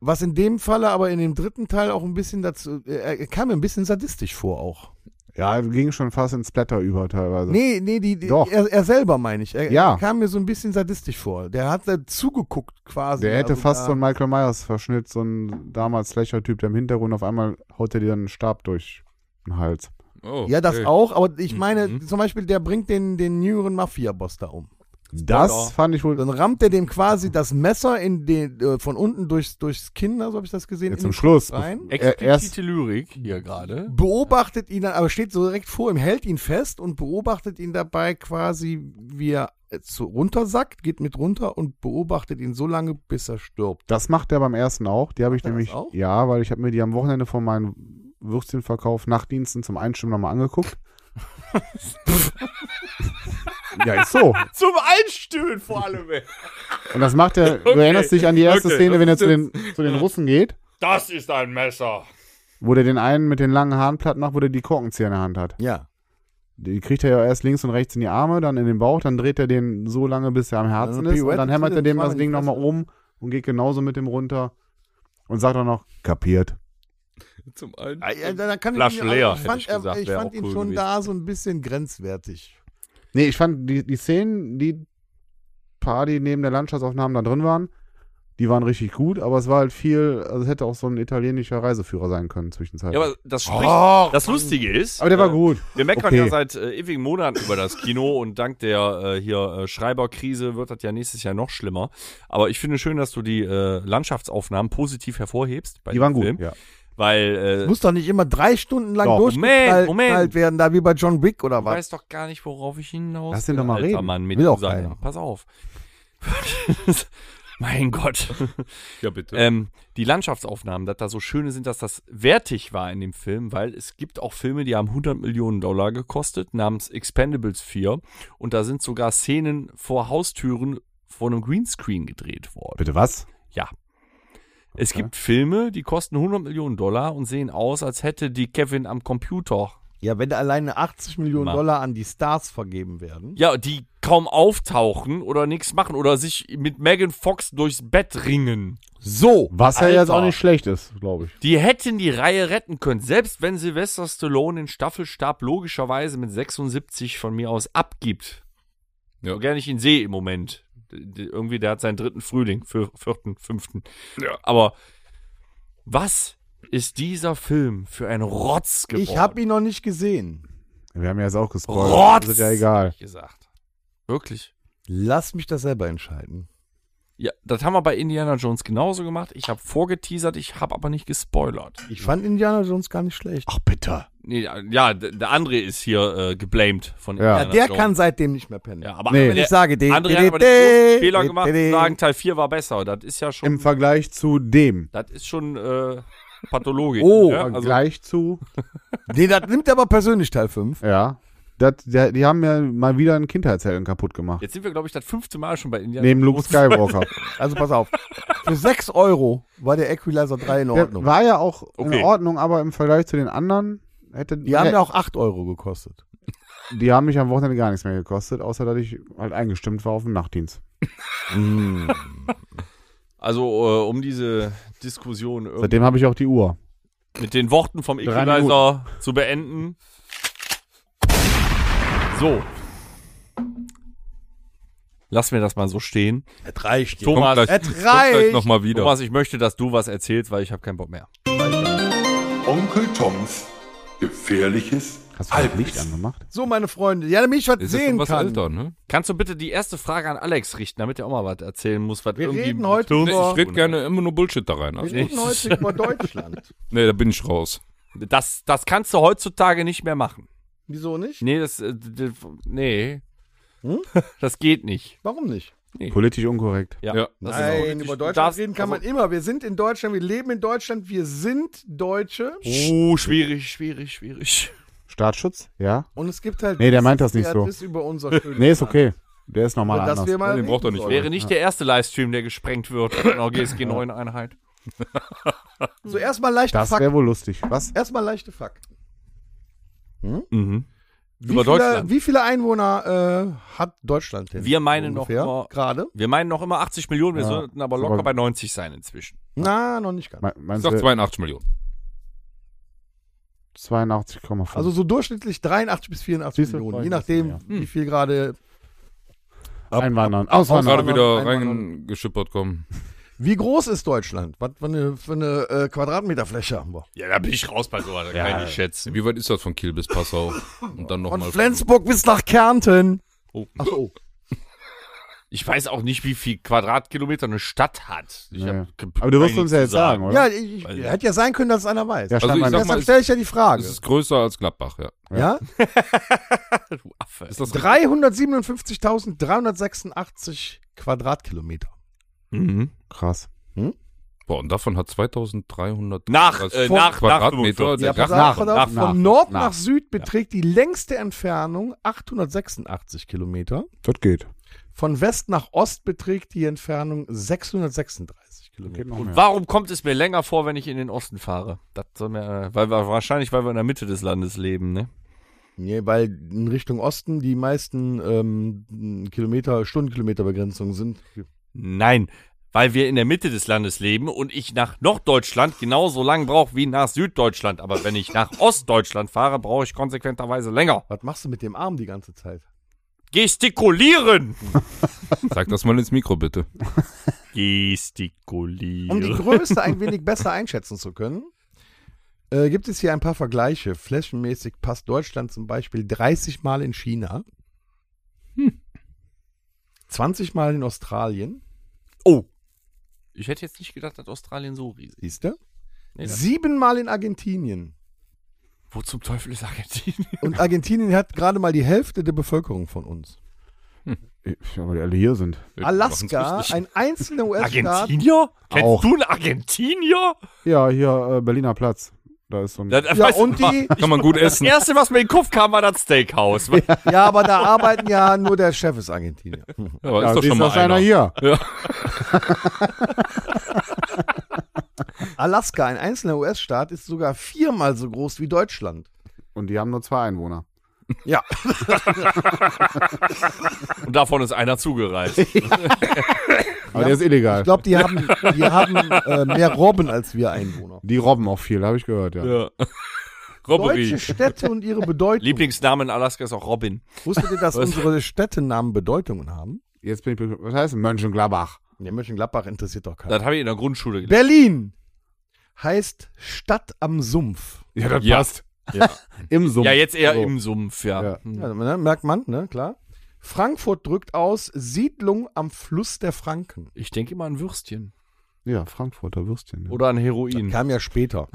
S3: Was in dem Falle aber in dem dritten Teil auch ein bisschen dazu, er, er kam mir ein bisschen sadistisch vor auch.
S6: Ja, ging schon fast ins Splatter über teilweise.
S3: Nee, nee, die, die,
S6: Also Doch.
S3: Er, er selber meine ich. Er,
S6: Ja.
S3: er kam mir so ein bisschen sadistisch vor. Der hat da zugeguckt quasi.
S6: Der hätte
S3: Also
S6: fast
S3: da-
S6: so einen Michael Myers-Verschnitt, so ein damals Slasher-Typ, der im Hintergrund auf einmal haut er dir dann einen Stab durch den Hals.
S4: Oh,
S3: Ja, das
S4: okay.
S6: Mhm.
S3: auch, aber ich meine, zum Beispiel, der bringt den, den jüngeren Mafia-Boss da um.
S6: Das
S2: Spoiler.
S6: fand ich wohl.
S3: Dann rammt er dem quasi das Messer in den, äh, von unten durchs, durchs Kinn, also habe ich das gesehen.
S6: Jetzt
S3: in
S6: zum
S3: den
S6: Schluss.
S3: Kopf Rein.
S6: erst-
S2: Explizite Lyrik Äh, hier gerade.
S3: Beobachtet ihn dann, aber steht so direkt vor ihm, hält ihn fest und beobachtet ihn dabei quasi, wie er äh, zu, runtersackt, geht mit runter und beobachtet ihn so lange, bis er stirbt.
S6: Das macht er beim ersten auch. Die habe ich
S3: Macht er das
S6: nämlich.
S3: auch?
S6: Ja, weil ich habe mir die am Wochenende von meinem Würstchenverkauf Nachtdiensten zum Einstimmen nochmal angeguckt. ja, ist so.
S2: Zum Einstöhnen vor allem. ey.
S6: Und das macht er. Du
S2: Okay,
S6: erinnerst dich an die erste
S2: okay,
S6: Szene,
S2: das
S6: wenn er
S2: ist
S6: zu den, zu den Russen geht,
S2: Das ist ein Messer.
S6: wo der den einen mit den langen Haaren platt macht, wo der die Korkenzieher in der Hand hat.
S3: Ja.
S6: Die kriegt er ja erst links und rechts in die Arme, dann in den Bauch, dann dreht er den so lange, bis er am Herzen
S3: Also
S6: ist. Und dann
S3: Pirouette
S6: hämmert er dem
S3: zweimal
S6: das
S3: in die
S6: Ding nochmal
S3: Fresse.
S6: um und geht genauso mit dem runter und sagt dann noch, kapiert.
S4: Zum einen.
S3: Ah, ja, dann kann
S2: Flasche
S3: ich ihn,
S2: leer,
S3: ich
S2: hätte
S3: fand,
S2: ich
S3: er-
S2: gesagt,
S3: ich
S2: wäre
S3: fand
S2: auch
S3: ihn
S2: cool
S3: schon
S2: gewesen.
S3: da so ein bisschen grenzwertig.
S6: Nee, ich fand die, die Szenen, die paar, die neben der Landschaftsaufnahmen da drin waren, die waren richtig gut, aber es war halt viel, also es hätte auch so ein italienischer Reiseführer sein können zwischenzeitlich.
S2: Ja, aber das spricht.
S4: Oh.
S2: das Lustige ist.
S6: Oh. aber der war
S2: äh,
S6: gut.
S2: Wir meckern
S6: Okay.
S2: ja seit äh, ewigen Monaten über das Kino und dank der äh, hier äh, Schreiberkrise wird das ja nächstes Jahr noch schlimmer. Aber ich finde schön, dass du die äh, Landschaftsaufnahmen positiv hervorhebst. Bei
S6: Die
S2: dem
S6: waren gut,
S2: Film,
S6: ja.
S2: Weil äh,
S3: Muss doch nicht immer drei Stunden lang
S6: Doch.
S3: durchgeknallt
S2: Moment, Moment.
S3: geknallt werden, da wie bei John Wick oder
S2: Du
S3: was.
S2: weißt doch gar nicht, worauf ich hinaus
S6: Lass den
S2: will,
S6: doch mal
S2: alter
S6: reden.
S2: Mann, mit
S6: Will auch
S2: seiner.
S6: keiner.
S2: Pass auf. mein Gott.
S4: Ja, bitte.
S2: ähm, die Landschaftsaufnahmen, dass da so schöne sind, dass das wertig war in dem Film, weil es gibt auch Filme, die haben 100 Millionen Dollar gekostet, namens Expendables 4. Und da sind sogar Szenen vor Haustüren vor einem Greenscreen gedreht worden.
S6: Bitte was?
S2: Es gibt Filme, die kosten 100 Millionen Dollar und sehen aus, als hätte die Kevin am Computer
S3: Ja, wenn da alleine 80 Millionen
S2: Mann.
S3: Dollar an die Stars vergeben werden.
S2: Ja, die kaum auftauchen oder nichts machen oder sich mit Megan Fox durchs Bett ringen.
S3: So.
S6: Was ja
S2: Alter.
S6: jetzt auch nicht schlecht ist, glaube ich.
S2: Die hätten die Reihe retten können, selbst wenn Sylvester Stallone den Staffelstab logischerweise mit 76 von mir aus abgibt.
S4: Ja.
S2: So gerne ich ihn sehe im Moment. D- d- Irgendwie, der hat seinen dritten Frühling, vier- vierten, fünften.
S4: Ja.
S2: Aber was ist dieser Film für ein Rotz geworden?
S3: Ich habe ihn noch nicht gesehen.
S6: Wir haben ja jetzt auch gespoilert.
S2: Rotz!
S6: Ist ja egal.
S2: gesagt. Wirklich.
S3: Lass mich das selber entscheiden.
S2: Ja, das haben wir bei Indiana Jones genauso gemacht. Ich habe vorgeteasert, ich habe aber nicht gespoilert.
S3: Ich fand Indiana Jones gar nicht schlecht.
S6: Ach, bitte.
S2: Nee, ja, d- der andere ist hier äh, geblamed von
S6: Ja.
S3: Ja,
S2: Indiana
S3: der
S2: Jones.
S3: kann seitdem nicht mehr pennen.
S2: Ja, aber
S6: Nee.
S3: Wenn
S2: der,
S3: ich sage, den
S2: andere hat aber den großen Fehler gemacht und sagen, Teil 4 war besser. Das ist ja schon,
S6: Im Vergleich zu dem.
S2: das ist schon äh, pathologisch.
S6: Oh,
S2: ne?
S6: im
S2: also,
S6: Vergleich zu.
S3: Nee, das nimmt er aber persönlich Teil 5.
S6: Ja. Das, der, die haben ja mal wieder einen Kindheitshelden kaputt gemacht.
S2: jetzt sind wir, glaube ich, das fünfte Mal schon bei Indiana
S6: Neben Luke Skywalker.
S3: Also pass auf. Für 6 Euro war der Equalizer 3 in
S6: Der
S3: Ordnung.
S6: war ja auch
S2: Okay.
S6: in Ordnung, aber im Vergleich zu den anderen hätte
S3: Die haben
S6: hä-
S3: ja auch 8 Euro gekostet.
S6: die haben mich am Wochenende gar nichts mehr gekostet, außer dass ich halt eingestimmt war auf den Nachtdienst.
S2: Also, äh, um diese Diskussion irgendwie
S6: Seitdem habe ich auch die Uhr.
S2: mit den Worten vom
S6: Drei
S2: Equalizer zu beenden. So. Lass mir das mal so stehen.
S3: Es reicht. jetzt.
S2: Thomas,
S4: kommt gleich,
S3: Es
S4: kommt gleich
S3: reicht.
S4: nochmal wieder.
S2: Thomas, ich möchte, dass du was erzählst, weil ich habe keinen Bock mehr.
S1: Onkel Toms gefährliches
S6: Hast du das Licht angemacht?
S3: So, meine Freunde. Ja, damit ich was
S4: ist jetzt schon
S3: sehen
S4: was
S3: kann.
S4: älter, ne?
S2: Kannst du bitte die erste Frage an Alex richten, damit er auch mal was erzählen muss, was
S3: Wir
S2: irgendwie
S3: reden heute
S4: Nee,
S3: über,
S4: ich rede gerne immer nur Bullshit da rein. Also,
S3: wir reden heute über Deutschland.
S4: nee, da bin ich raus.
S2: Das, das kannst du heutzutage nicht mehr machen.
S3: Wieso nicht?
S2: Nee, das, äh, d- d- nee.
S3: Hm?
S2: Das geht nicht.
S3: Warum nicht?
S6: Politisch unkorrekt.
S2: Ja.
S4: Ja.
S2: Das ist auch
S3: Nein,
S2: richtig.
S3: über
S2: Du
S3: Deutschland
S2: darfst-
S3: reden kann
S2: also-
S3: man immer. Wir sind in Deutschland, wir leben in Deutschland, wir sind Deutsche.
S2: Oh, schwierig, schwierig, schwierig.
S6: Staatsschutz? Ja.
S3: Und es gibt halt.
S6: Nee, der meint das nicht so.
S3: Ist über unser schönes
S6: Nee, ist
S3: Land,
S6: okay. Der ist normal
S3: Über das wir
S6: anders.
S3: mal
S4: Nee, den braucht er
S3: reden
S4: nicht.
S3: sollen.
S2: Wäre nicht der erste Livestream, der gesprengt wird von einer GSG 9 Einheit.
S3: So, erstmal leichte
S6: Das
S3: Fakten.
S6: wäre wohl lustig. Was?
S3: Erstmal leichte Fakten.
S2: Mhm.
S3: Wie
S2: Über
S3: viele,
S2: Deutschland.
S3: Wie viele Einwohner äh, hat Deutschland denn?
S2: Wir meinen noch
S3: ungefähr
S2: immer-
S3: Gerade?
S2: Wir meinen noch immer 80 Millionen, wir
S6: Ja.
S2: sollten aber locker
S6: Aber-
S2: bei 90 sein inzwischen.
S3: Na, noch nicht ganz.
S6: Me-
S4: Ich
S6: Meinst
S3: Also-
S4: sag
S6: du
S4: 82 Millionen.
S6: 82,5?
S3: Also so durchschnittlich 83 bis 84
S6: Siehst du,
S3: Millionen,
S6: freuen
S3: je
S6: wir
S3: nachdem,
S6: uns,
S3: wie viel gerade.
S6: Einwandern.
S4: Gerade
S6: Auswandern.
S4: wieder
S3: Einwandern.
S4: reingeschippert kommen.
S3: Wie groß ist Deutschland? Was für eine, für eine äh, Quadratmeterfläche haben wir?
S2: Ja, da bin ich raus bei sowas, da kann ich nicht schätzen.
S4: Wie weit ist das von Kiel bis Passau? Und
S3: Von
S4: dann nochmal.
S3: Flensburg bis nach Kärnten.
S4: Oh.
S3: Ach so.
S2: Ich weiß auch nicht, wie viel Quadratkilometer eine Stadt hat. Ich
S6: Nee.
S2: hab-
S6: Aber du wirst
S2: kann
S6: uns
S2: ich
S6: ja
S2: zu
S6: jetzt sagen, oder?
S3: Ja, ich, ich,
S2: Weil-
S3: hätte ja sein können, dass es einer weiß.
S6: Ja,
S4: Also
S6: stand
S4: ich
S6: mal-
S4: sag mal,
S3: Deshalb
S4: es-
S3: stelle ich ja die Frage.
S4: Es ist größer als Gladbach, ja.
S3: ja?
S2: Du Affe.
S4: Ist das
S3: 357.386 Quadratkilometer.
S2: Mhm.
S6: krass.
S4: Boah, und davon hat 2300
S2: Nach,
S4: was-
S2: äh, nach, nach
S4: Quadratmeter.
S2: 45.
S4: der
S3: pass
S4: Garten-
S3: auf, pass auf,
S6: nach-
S3: Von Nord
S6: nach.
S3: nach Süd beträgt die längste Entfernung 886 Kilometer.
S6: Das geht.
S3: Von West nach Ost beträgt die Entfernung 636 Kilometer.
S6: noch mehr.
S2: Warum kommt es mir länger vor, wenn ich in den Osten fahre? Das soll mir, äh, weil wir, wahrscheinlich, weil wir in der Mitte des Landes leben, ne?
S3: Nee, weil in Richtung Osten die meisten ähm, Kilometer, Stundenkilometerbegrenzungen sind.
S2: Nein, weil wir in der Mitte des Landes leben und ich nach Norddeutschland genauso lang brauche wie nach Süddeutschland. Aber wenn ich nach Ostdeutschland fahre, brauche ich konsequenterweise länger.
S3: Was machst du mit dem Arm die ganze Zeit?
S2: Gestikulieren!
S4: Sag das mal ins Mikro, bitte.
S3: Um die
S2: Gestikulieren.
S3: Größe ein wenig besser einschätzen zu können, äh, gibt es hier ein paar Vergleiche. Flächenmäßig passt Deutschland zum Beispiel 30 Mal in China, 20 Mal in Australien,
S2: Oh! Ich hätte jetzt nicht gedacht, dass Australien so riesig
S3: siehst du?
S2: Nee, das-
S3: Sieben Mal in Argentinien.
S2: ist. Wo zum Teufel ist Argentinien?
S3: Und Argentinien hat gerade mal die Hälfte der Bevölkerung von uns.
S6: Aber die alle hier sind.
S4: Wir
S3: Alaska,
S4: machen's richtig.
S3: ein einzelner US-Staat.
S2: Argentinier? Kennst
S6: Auch.
S2: du einen Argentinier?
S6: Ja, hier äh, Berliner Platz. Da ist so ein.
S2: Das- das
S3: Ja,
S2: weißt du
S3: und
S2: mal.
S3: die,
S4: Kann man gut
S2: Das
S4: essen.
S2: erste, was mir in den Kopf kam, war das Steakhouse.
S3: ja, aber da arbeiten ja nur der Chef ist Argentinier.
S4: Ja, aber
S6: ja,
S4: ist doch
S6: siehst
S4: schon
S6: du,
S4: mal
S6: das ist einer
S4: einer.
S6: hier.
S3: Alaska, ein einzelner US-Staat, ist sogar viermal so groß wie Deutschland.
S6: Und die haben nur zwei Einwohner.
S3: Ja.
S2: Und davon ist einer zugereist.
S6: Aber der ist illegal.
S3: Ich glaube, die haben, die haben äh, mehr Robben als wir Einwohner.
S6: die robben auch viel, habe ich gehört, ja.
S4: Ja.
S3: Deutsche
S4: Robbery.
S3: Städte und ihre Bedeutung.
S2: Lieblingsname in Alaska ist auch Robin.
S3: Wusstet ihr, dass
S2: Was?
S3: unsere Städtenamen Bedeutungen haben?
S6: Jetzt bin ich. Was heißt denn Mönchengladbach?
S3: Der Mönchengladbach interessiert doch keinen.
S2: Das habe ich in der Grundschule gelernt.
S3: Berlin heißt Stadt am Sumpf.
S6: Ja, das
S2: Ja.
S6: passt. Im Sumpf. Also,
S2: Ja, jetzt eher
S6: So.
S2: im Sumpf, ja.
S6: Ja.
S2: Hm.
S3: Ja, ne, merkt man, ne, klar. Frankfurt drückt aus Siedlung am Fluss der Franken.
S2: Ich denke immer an Würstchen.
S6: Ja, Frankfurter Würstchen. ja.
S2: Oder an
S3: Das
S2: Heroin.
S3: kam ja später.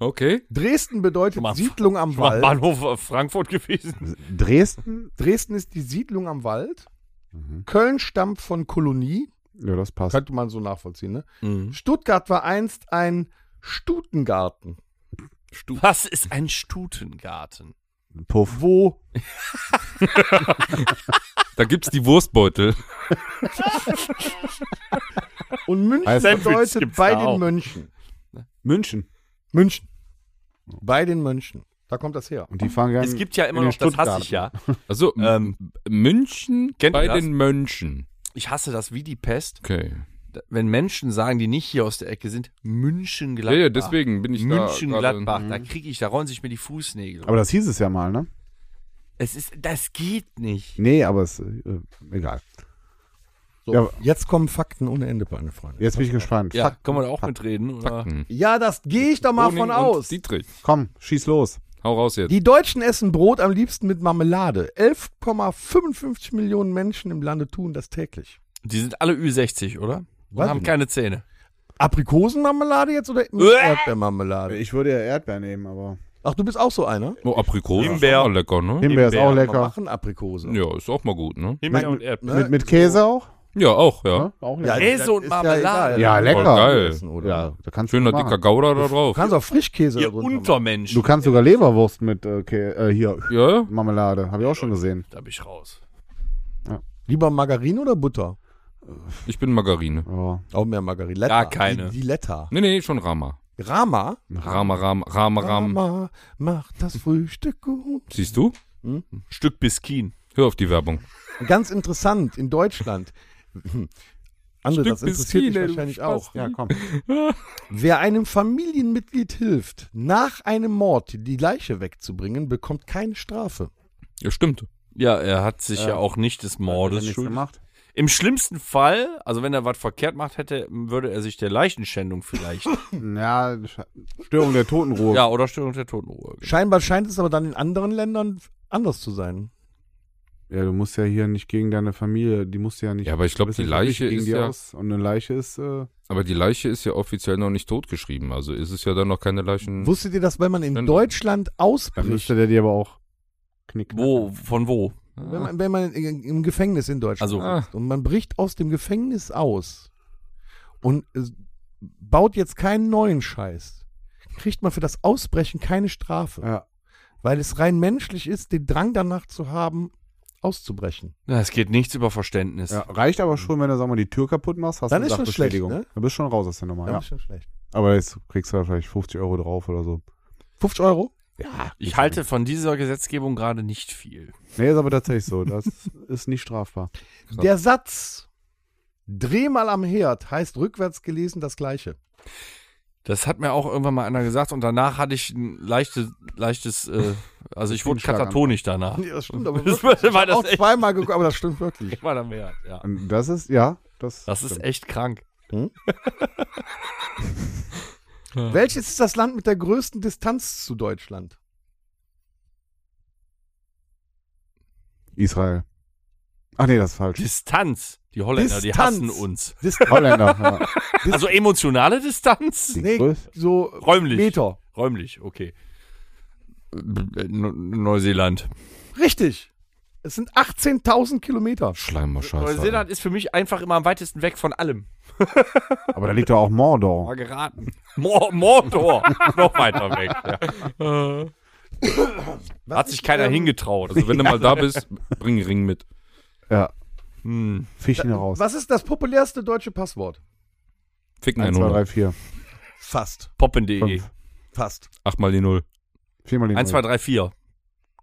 S4: Okay.
S3: Dresden bedeutet
S2: Mal-
S3: Siedlung am
S2: War
S3: Wald.
S2: Bahnhof äh, Frankfurt gewesen.
S6: Dresden?
S3: Dresden ist die Siedlung am Wald.
S6: Mhm.
S3: Köln stammt von Kolonie.
S6: Ja, das passt.
S3: Könnte man so nachvollziehen, ne? Stuttgart war einst ein Stutengarten,
S2: Was ist ein Stutengarten?
S6: Puff.
S3: wo
S4: Da gibt's die Wurstbeutel.
S3: und München
S6: Heißt-
S3: bedeutet
S2: gibt's
S3: bei
S2: da auch.
S3: den Mönchen.
S6: München.
S3: München. Bei den Mönchen. Da kommt das her.
S6: Und die fahren gerne.
S2: Es gibt ja immer
S6: in den
S2: noch, das hasse ich
S6: Stuttgart.
S2: ja.
S4: Also
S2: Ähm,
S4: München
S2: kennt
S4: bei
S2: ihr das?
S4: den Mönchen.
S2: Ich hasse das wie die Pest,
S4: Okay.
S2: wenn Menschen sagen, die nicht hier aus der Ecke sind, München
S4: Ja,
S2: Gladbach.
S4: ja, deswegen bin ich
S2: München
S4: da. gerade-
S2: Gladbach, da kriege ich, da rollen sich mir die Fußnägel. um.
S6: Aber das hieß es ja mal, ne?
S2: es ist, das geht nicht.
S6: Nee, aber es. Äh, egal.
S3: So,
S6: Ja.
S3: jetzt kommen Fakten ohne Ende, meine Freunde.
S6: Jetzt bin ich gespannt.
S2: Ja, kann man da auch mitreden? Oder?
S4: Fakten.
S3: Ja, das gehe ich doch mal
S4: Groning
S3: Ah, von
S4: und
S3: aus.
S4: Dietrich.
S6: Komm, schieß los.
S4: Hau raus jetzt.
S3: Die Deutschen essen Brot am liebsten mit Marmelade. 11,55 Millionen Menschen im Lande tun das täglich.
S2: Die sind alle Ü60, oder? Und
S3: Weiß
S2: haben
S3: ich
S2: keine Zähne.
S3: Aprikosenmarmelade jetzt oder mit
S2: Uäh.
S3: Erdbeermarmelade?
S6: Ich würde ja Erdbeer nehmen, aber.
S3: Ach, du bist auch so einer?
S4: Oh, Aprikosen ist
S2: Himbeer.
S4: auch mal lecker, ne?
S6: Himbeer ist
S2: Himbeer,
S6: auch
S3: Wir
S6: lecker.
S3: machen Aprikose.
S4: Ja, ist auch mal gut, ne?
S2: Himbeer und Erdbeeren.
S6: Mit, mit Käse auch?
S4: Ja, auch, ja.
S6: Ne? Auch
S3: Ja,
S2: Käse
S3: das
S2: und
S3: ist
S2: Marmelade.
S6: Ja,
S3: Ja,
S6: lecker.
S3: egal.
S4: Voll geil.
S3: Essen, oder?
S6: Ja, da kannst
S4: Schöner
S6: du machen.
S4: dicker Gouda da
S3: Du
S4: drauf.
S3: kannst auch Frischkäse
S2: Ihr
S3: da drunter machen.
S2: Untermensch.
S6: Du kannst sogar Leberwurst mit äh, Kä äh, hier
S4: Ja,
S6: Marmelade, habe ich auch schon gesehen.
S2: Da bin ich raus.
S3: Lieber Margarine oder Butter?
S4: ich bin Margarine.
S6: Ja.
S3: Auch mehr Margarine. Letter.
S2: Gar keine.
S3: Die, die Letter.
S4: Nee, nee, schon Rama.
S3: Rama.
S4: Rama, Rama, Rama, Rama.
S3: Rama macht das Frühstück gut.
S4: Siehst du?
S2: Stück Biskin.
S4: Hör auf die Werbung.
S3: Ganz interessant, in Deutschland. Andere, das interessiert
S4: Stück
S3: dich
S4: Biskin, ey, du
S3: wahrscheinlich auch.
S6: ja, komm.
S3: Wer einem Familienmitglied hilft, nach einem Mord die Leiche wegzubringen, bekommt keine Strafe.
S4: Ja, stimmt.
S2: Ja, er hat sich ja, auch nicht des
S6: Hat
S2: Mordes
S6: nichts
S2: schuld.
S6: gemacht.
S2: Im schlimmsten Fall, also wenn er was verkehrt macht hätte, würde er sich der Leichenschändung vielleicht.
S6: Ja, Sch- Störung der Totenruhe.
S2: ja, oder Störung der Totenruhe.
S3: Scheinbar scheint es aber dann in anderen Ländern anders zu sein.
S6: Ja, du musst ja hier nicht gegen deine Familie, die musst du ja nicht.
S4: Ja, aber ich glaube,
S6: bist
S4: die
S6: nicht
S4: Leiche
S6: gegen
S4: ist
S6: die
S4: ja,
S6: aus. Und eine Leiche ist. Äh,
S4: aber die Leiche ist ja offiziell noch nicht totgeschrieben. Also ist es ja dann noch keine Leichen.
S3: Wusstet ihr das, wenn man in
S4: Hm. Dann-
S3: Deutschland
S6: dann
S3: ausbricht?
S6: müsste der dir aber auch knicken.
S2: Wo, von wo?
S3: Wenn man, wenn man in- im Gefängnis in Deutschland
S2: Also-
S3: ist und man bricht aus dem Gefängnis aus und äh, baut jetzt keinen neuen Scheiß, kriegt man für das Ausbrechen keine Strafe.
S6: Ja.
S3: Weil es rein menschlich ist, den Drang danach zu haben, auszubrechen.
S2: Na, Es geht nichts über Verständnis.
S6: Ja, reicht aber schon, wenn du sag mal die Tür kaputt machst, hast
S3: Dann
S6: du
S3: ist schon
S6: Sachbeschädigung.
S3: schlecht,
S6: Dann bist du schon raus aus der Nummer.
S3: Das
S6: ne? Ja.
S3: ist schon schlecht.
S6: Aber jetzt kriegst du da vielleicht 50 Euro drauf oder so.
S3: 50 Euro?
S2: Ich halte von dieser Gesetzgebung gerade nicht viel.
S6: Nee, ist aber tatsächlich so. Das ist nicht strafbar.
S4: Krass.
S3: Der Satz Dreh mal am Herd heißt rückwärts gelesen das gleiche.
S2: Das hat mir auch irgendwann mal einer gesagt und danach hatte ich ein leichtes, leichtes äh, also ich wurde
S6: Stark
S2: katatonisch danach.
S3: Nee, das stimmt, aber
S2: Das
S3: wirklich.
S2: war das
S3: auch
S2: echt-
S3: zweimal geguckt, aber das stimmt wirklich.
S2: Ich war da mehr, ja.
S6: Und das ist, ja, das,
S2: Das ist
S6: stimmt.
S2: echt krank.
S3: Welches ist das Land mit der größten Distanz zu Deutschland?
S6: Israel. Ach nee, das ist falsch.
S2: Distanz. Die Holländer, die
S3: Distanz.
S2: hassen uns.
S6: Holländer. Ja.
S2: Also emotionale Distanz?
S6: Die
S3: Nee.
S6: größte-
S3: So
S2: Räumlich.
S3: Meter.
S2: Räumlich, okay. Äh, Neu- Neuseeland.
S3: Richtig. Es sind 18.000 Kilometer.
S4: Schleimer Scheiße.
S2: Neuseeland ist für mich einfach immer am weitesten weg von allem.
S6: Aber da liegt doch auch Mordor.
S2: Mal geraten. Mor Mordor. Noch weiter weg. Ja.
S3: Was
S2: Hat
S3: ist,
S2: sich keiner
S3: ähm,
S2: hingetraut.
S4: Also wenn du mal da bist, bring einen Ring mit.
S6: Ja,
S2: Hm.
S6: fisch ihn raus.
S3: Was ist das populärste deutsche Passwort?
S4: Ficken
S6: 1, 2, 3,
S4: 100.
S6: 4.
S3: Fast.
S2: Poppen.de.
S6: 5.
S3: Fast.
S4: Achtmal die Null.
S6: 4 mal die
S2: 1, 2, 3, 4.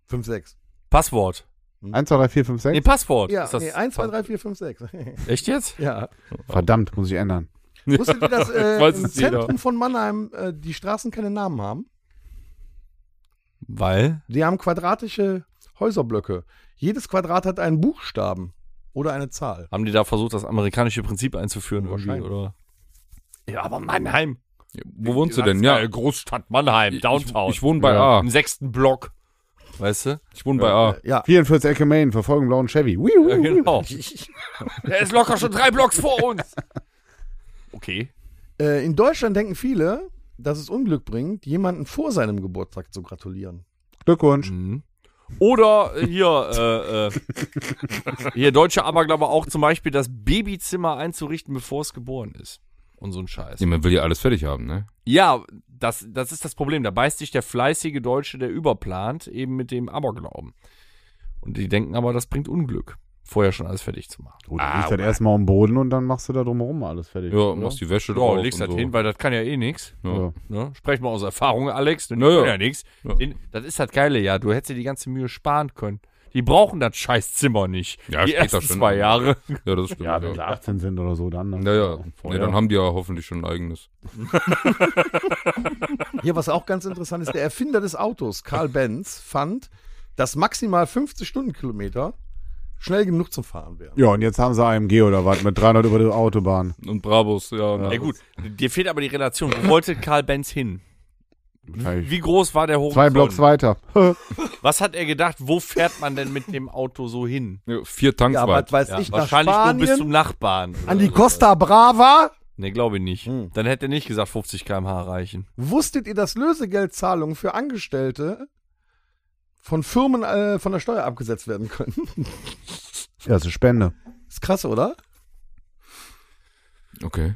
S3: 5, 6.
S2: Passwort.
S6: 1, 2, 3, 4, 5, 6.
S2: Nee, Passwort.
S3: Ja,
S2: Ist das-
S3: nee, 1, 2, 3, 4, 5, 6.
S2: Echt jetzt?
S3: ja.
S6: Verdammt, muss ich ändern.
S3: Wusstet ihr, dass äh,
S4: Weiß
S3: im
S4: es jeder.
S3: Zentrum von Mannheim äh, die Straßen keine Namen haben?
S2: Weil?
S3: Die haben quadratische Häuserblöcke. Jedes Quadrat hat einen Buchstaben oder eine Zahl.
S2: Haben die da versucht, das amerikanische Prinzip einzuführen? Irgendwie,
S3: Wahrscheinlich.
S2: oder? Ja, aber Mannheim.
S4: Wo wohnst du denn? Ja,
S2: Großstadt Mannheim, Downtown.
S4: ich wohne bei
S6: Ja.
S4: A.
S2: Im sechsten Block. Weißt du?
S4: Ich wohne bei
S2: Ah.
S4: A.
S3: Äh, Ja.
S6: 44 Ecke Main, verfolgen blauen Chevy. Wiu, wiu, wiu.
S2: genau. Der ist locker schon drei Blocks vor uns. Okay.
S3: Äh, in Deutschland denken viele, dass es Unglück bringt, jemanden vor seinem Geburtstag zu gratulieren.
S6: Glückwunsch.
S2: Oder äh, hier, äh, äh, hier deutsche Aberglaube auch zum Beispiel das Babyzimmer einzurichten, bevor es geboren ist. Und so ein Scheiß.
S4: Ja, man will ja alles fertig haben, ne?
S2: Ja, das, das ist das Problem. Da beißt sich der fleißige Deutsche, der überplant, eben mit dem Aberglauben. Und die denken aber, das bringt Unglück, vorher schon alles fertig zu machen.
S6: Du liegst halt erstmal am Boden und dann machst du da drumherum alles fertig.
S4: Ja,
S6: oder?
S4: machst die Wäsche
S2: Ja,
S4: drauf.
S2: legst
S4: und
S2: das
S4: so.
S2: hin, weil das kann ja eh nix.
S4: Ja.
S2: Ne? Sprechen wir aus Erfahrung, Alex. denn Die
S4: Naja.
S2: können ja nix.
S4: Ja.
S2: Den, das ist das Geile, ja. Du hättest dir die ganze Mühe sparen können. Die brauchen das Scheißzimmer nicht.
S4: Ja,
S2: die
S4: steht da
S2: ersten
S4: schon.
S2: zwei Jahre.
S4: ja, das stimmt.
S6: Ja,
S4: Ja,
S6: wenn
S4: ja.
S6: sie 18 sind oder so, dann. ne?
S4: ja, Nee,
S6: Vorher.
S4: dann haben die ja hoffentlich schon ein eigenes.
S3: Hier, was auch ganz interessant ist, der Erfinder des Autos, Karl Benz, fand, dass maximal 50 Stundenkilometer schnell genug zum Fahren wären.
S6: ja, und jetzt haben sie AMG oder was mit 300 über die Autobahn.
S4: Und Brabus, ja.
S2: Ja,
S4: na.
S2: gut, dir fehlt aber die Relation. Wo wollte Karl Benz hin?
S6: Wahrscheinlich.
S2: Wie groß war der Horizont?
S6: Zwei Blocks weiter.
S2: Was hat er gedacht? Wo fährt man denn mit dem Auto so hin?
S4: Ja, Vier Tanks
S3: Ja, was
S4: weit.
S3: weiß
S2: Ja,
S3: ich, nach
S2: wahrscheinlich nur bis zum Also,
S3: Spanien,
S2: Nachbarn.
S3: an die Costa Brava.
S2: Ne, glaube ich nicht.
S3: Hm.
S2: Dann hätte er nicht gesagt, 50 km/h reichen.
S3: Wusstet ihr, dass Lösegeldzahlungen für Angestellte von Firmen äh, von der Steuer abgesetzt werden können?
S6: Ja, das ist Spende.
S3: Ist krass, oder?
S4: Okay.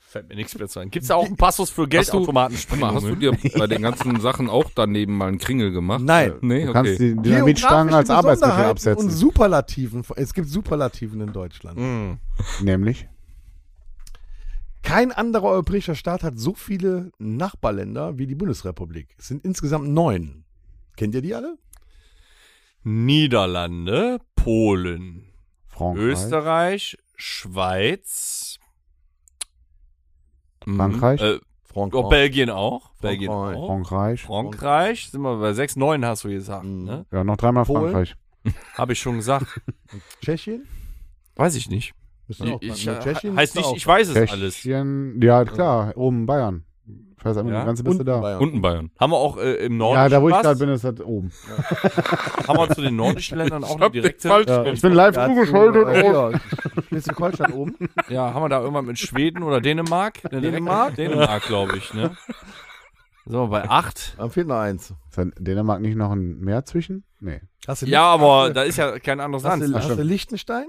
S2: Fällt mir nichts mehr zu ein. Gibt's da auch einen Passus für
S4: Hast du-
S2: Geldautomatensprengung?
S4: Hast du dir bei den ganzen Sachen auch daneben mal einen Kringel gemacht?
S3: Nein.
S4: Nee,
S6: Du kannst
S4: okay.
S6: die Dynamitstangen
S3: Geografische
S6: als Arbeitsmittel
S3: Besonderheiten Und
S6: absetzen.
S3: Superlativen. Es gibt Superlativen in Deutschland.
S2: Hm.
S6: Nämlich.
S3: Kein anderer europäischer Staat hat so viele Nachbarländer wie die Bundesrepublik. Es sind insgesamt neun. Kennt ihr die alle?
S2: Niederlande, Polen,
S6: Frankreich.
S2: Österreich, Schweiz, mhm.
S6: Frankreich.
S2: äh, oh,
S3: Frankreich.
S2: Belgien auch, Belgien
S3: Frankreich.
S2: auch.
S6: Frankreich.
S2: Frankreich, sind wir bei 6, 9 hast du gesagt,
S3: Mhm.
S2: ne?
S6: Ja, noch dreimal
S3: Polen.
S6: Frankreich.
S2: Habe ich schon gesagt.
S3: Tschechien?
S2: Weiß ich nicht.
S3: Müssen auch
S2: ich,
S3: dran.
S2: äh,
S3: Tschechien
S2: heißt
S3: müssen
S2: nicht,
S3: auch
S2: ich weiß es alles.
S6: Tschechien. Ja, klar. Oben Bayern. Scheiße, einmal
S2: Ja.
S6: die ganze Biste
S3: Unten
S6: da.
S3: Bayern.
S4: Unten Bayern.
S2: Haben wir auch äh, im Norden
S6: Ja, da wo ich
S2: Spaß?
S6: gerade bin, ist das oben.
S2: Haben wir zu den nordischen Ländern auch eine direkte.
S6: Ja, ich bin live
S3: Ja, zu,
S6: zugeschaltet.
S3: äh,
S6: Oh,
S3: ja, Schleswig-Holstein oben.
S2: Ja, haben wir da irgendwann mit Schweden oder Dänemark? Eine direkte-
S3: Dänemark?
S2: Dänemark, glaube ich, ne? So, bei 8.
S3: Dann fehlt noch eins.
S6: Ist da in Dänemark nicht noch ein Meer zwischen? Nee.
S3: Hast du
S2: Ja, aber da ist ja kein anderes
S3: hast
S2: Land.
S3: du,
S6: Ach,
S3: hast du
S6: stimmt.
S3: Liechtenstein?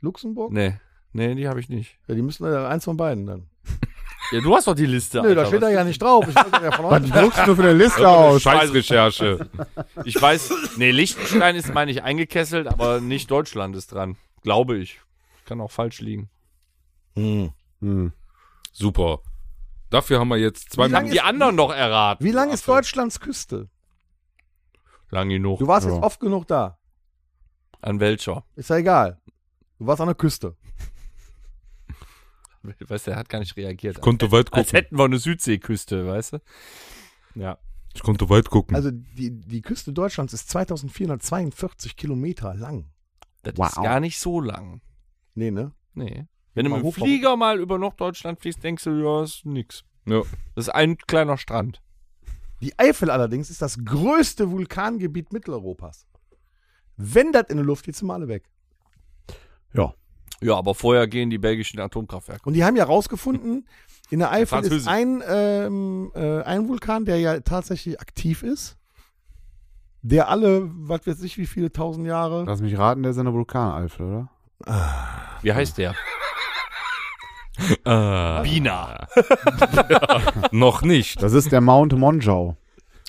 S3: Luxemburg?
S2: Nee. Nee, die habe ich nicht.
S3: Ja, die müssen ja eins von beiden dann.
S2: Ja, du hast doch die Liste.
S3: Nö, da
S2: Alter,
S3: steht
S2: was-
S3: da ja nicht drauf. Ich weiß ja von
S6: Was
S3: euch.
S6: druckst du für eine Liste aus?
S4: Also Scheißrecherche.
S2: Ich weiß, nee, Liechtenstein ist, meine ich, eingekesselt, aber nicht Deutschland ist dran. Glaube ich. Kann auch falsch liegen.
S3: Hm.
S6: Hm.
S4: Super. Dafür haben wir jetzt zwei
S3: Wie lange
S4: Minuten.
S2: Haben die anderen noch erraten?
S3: Wie lang ist Deutschlands Küste?
S2: Lang genug.
S3: Du warst
S6: Ja.
S3: jetzt oft genug da.
S2: An welcher?
S3: Ist ja egal. Du warst an der Küste.
S2: Weißt du, der hat gar nicht reagiert.
S4: Ich konnte weit
S2: Als
S4: gucken.
S2: hätten wir eine Südseeküste, weißt du? Ja.
S4: Ich konnte weit gucken.
S3: Also die, die Küste Deutschlands ist 2442 Kilometer lang.
S2: Das
S6: Wow.
S2: ist gar nicht so lang.
S3: Nee, ne?
S2: Nee. Wenn du
S3: Mal
S2: mit dem
S3: hoch, mal
S2: Flieger mal über Norddeutschland fliegst, denkst du, ja, ist nix.
S4: Ja.
S2: Das ist ein kleiner Strand.
S3: Die Eifel allerdings ist das größte Vulkangebiet Mitteleuropas. Wenn das in der Luft geht, sind wir alle weg.
S2: Ja, aber vorher gehen die belgischen Atomkraftwerke.
S3: Und die haben ja rausgefunden, in der Eifel ist
S2: Französische.
S3: ein, ähm, äh, ein Vulkan, der ja tatsächlich aktiv ist, der alle, was weiß ich, wie viele tausend Jahre.
S6: Lass mich raten, der ist in der Vulkaneifel, oder?
S2: Wie heißt der? Ah. Bina.
S4: Noch nicht.
S6: Das ist der Mount Monjau.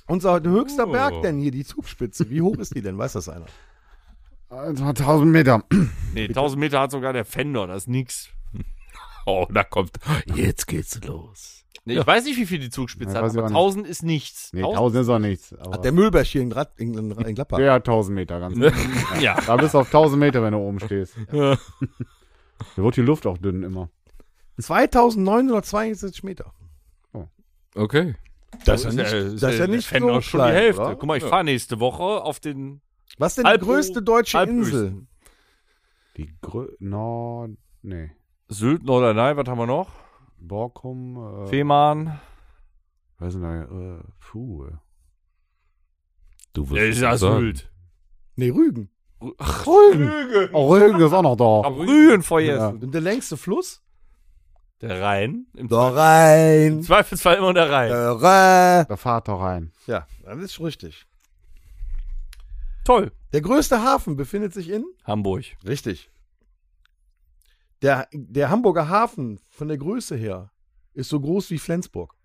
S3: Unser höchster
S4: Oh.
S3: Berg denn hier, die Zugspitze. Wie hoch ist die denn? Weiß das einer?
S6: 1000 Meter.
S2: Nee, 1000 Meter hat sogar der Fender, das ist nix.
S4: Oh, da kommt. Jetzt geht's los.
S2: Nee, ich weiß nicht, wie viel die Zugspitze
S6: Ja,
S2: hat,
S6: weiß ich
S2: aber
S6: auch nicht.
S2: 1000 ist nichts.
S6: Nee,
S2: 1000
S6: 1000 ist auch nichts. Aber
S3: Hat der Müllberg hier in, Grad, in, in, in Gladbach.
S6: der hat 1000 Meter, ganz klar.
S2: Ja.
S6: Da bist du auf 1000 Meter, wenn du oben stehst.
S4: Ja.
S6: Da wird die Luft auch dünn immer.
S3: 2962 Meter.
S4: Okay.
S3: Das, ist ja nicht, das ist ja nicht
S2: Fender
S3: so
S2: schon
S3: klein,
S2: die Hälfte.
S3: oder?
S2: Guck mal, ich fahre nächste Woche auf den.
S3: Was denn
S2: Halb-
S3: die größte deutsche
S2: halbhöchsten.
S3: Insel?
S6: Die Grö... Nord... Nee.
S2: Sylt, Norderney, was haben wir noch?
S6: Borkum... Äh,
S2: Fehmarn.
S6: Weiß nicht, äh, puh. ey.
S4: Du wirst
S2: Ja, ist ja
S4: sagen.
S2: Sylt.
S3: Nee, Rügen.
S2: Ach,
S6: Oh, Rügen ist auch noch da.
S2: am Rügen vorher.
S6: Ja.
S3: Und der längste Fluss?
S2: Der Rhein. Im
S3: Der Rhein.
S2: Zweifelsfall immer der Rhein.
S3: Der Rhein.
S6: Da fahrt doch rein.
S3: Ja, das ist schon richtig.
S2: Toll.
S3: Der größte Hafen befindet sich in?
S2: Hamburg.
S3: Richtig. Der, der Hamburger Hafen von der Größe her ist so groß wie Flensburg.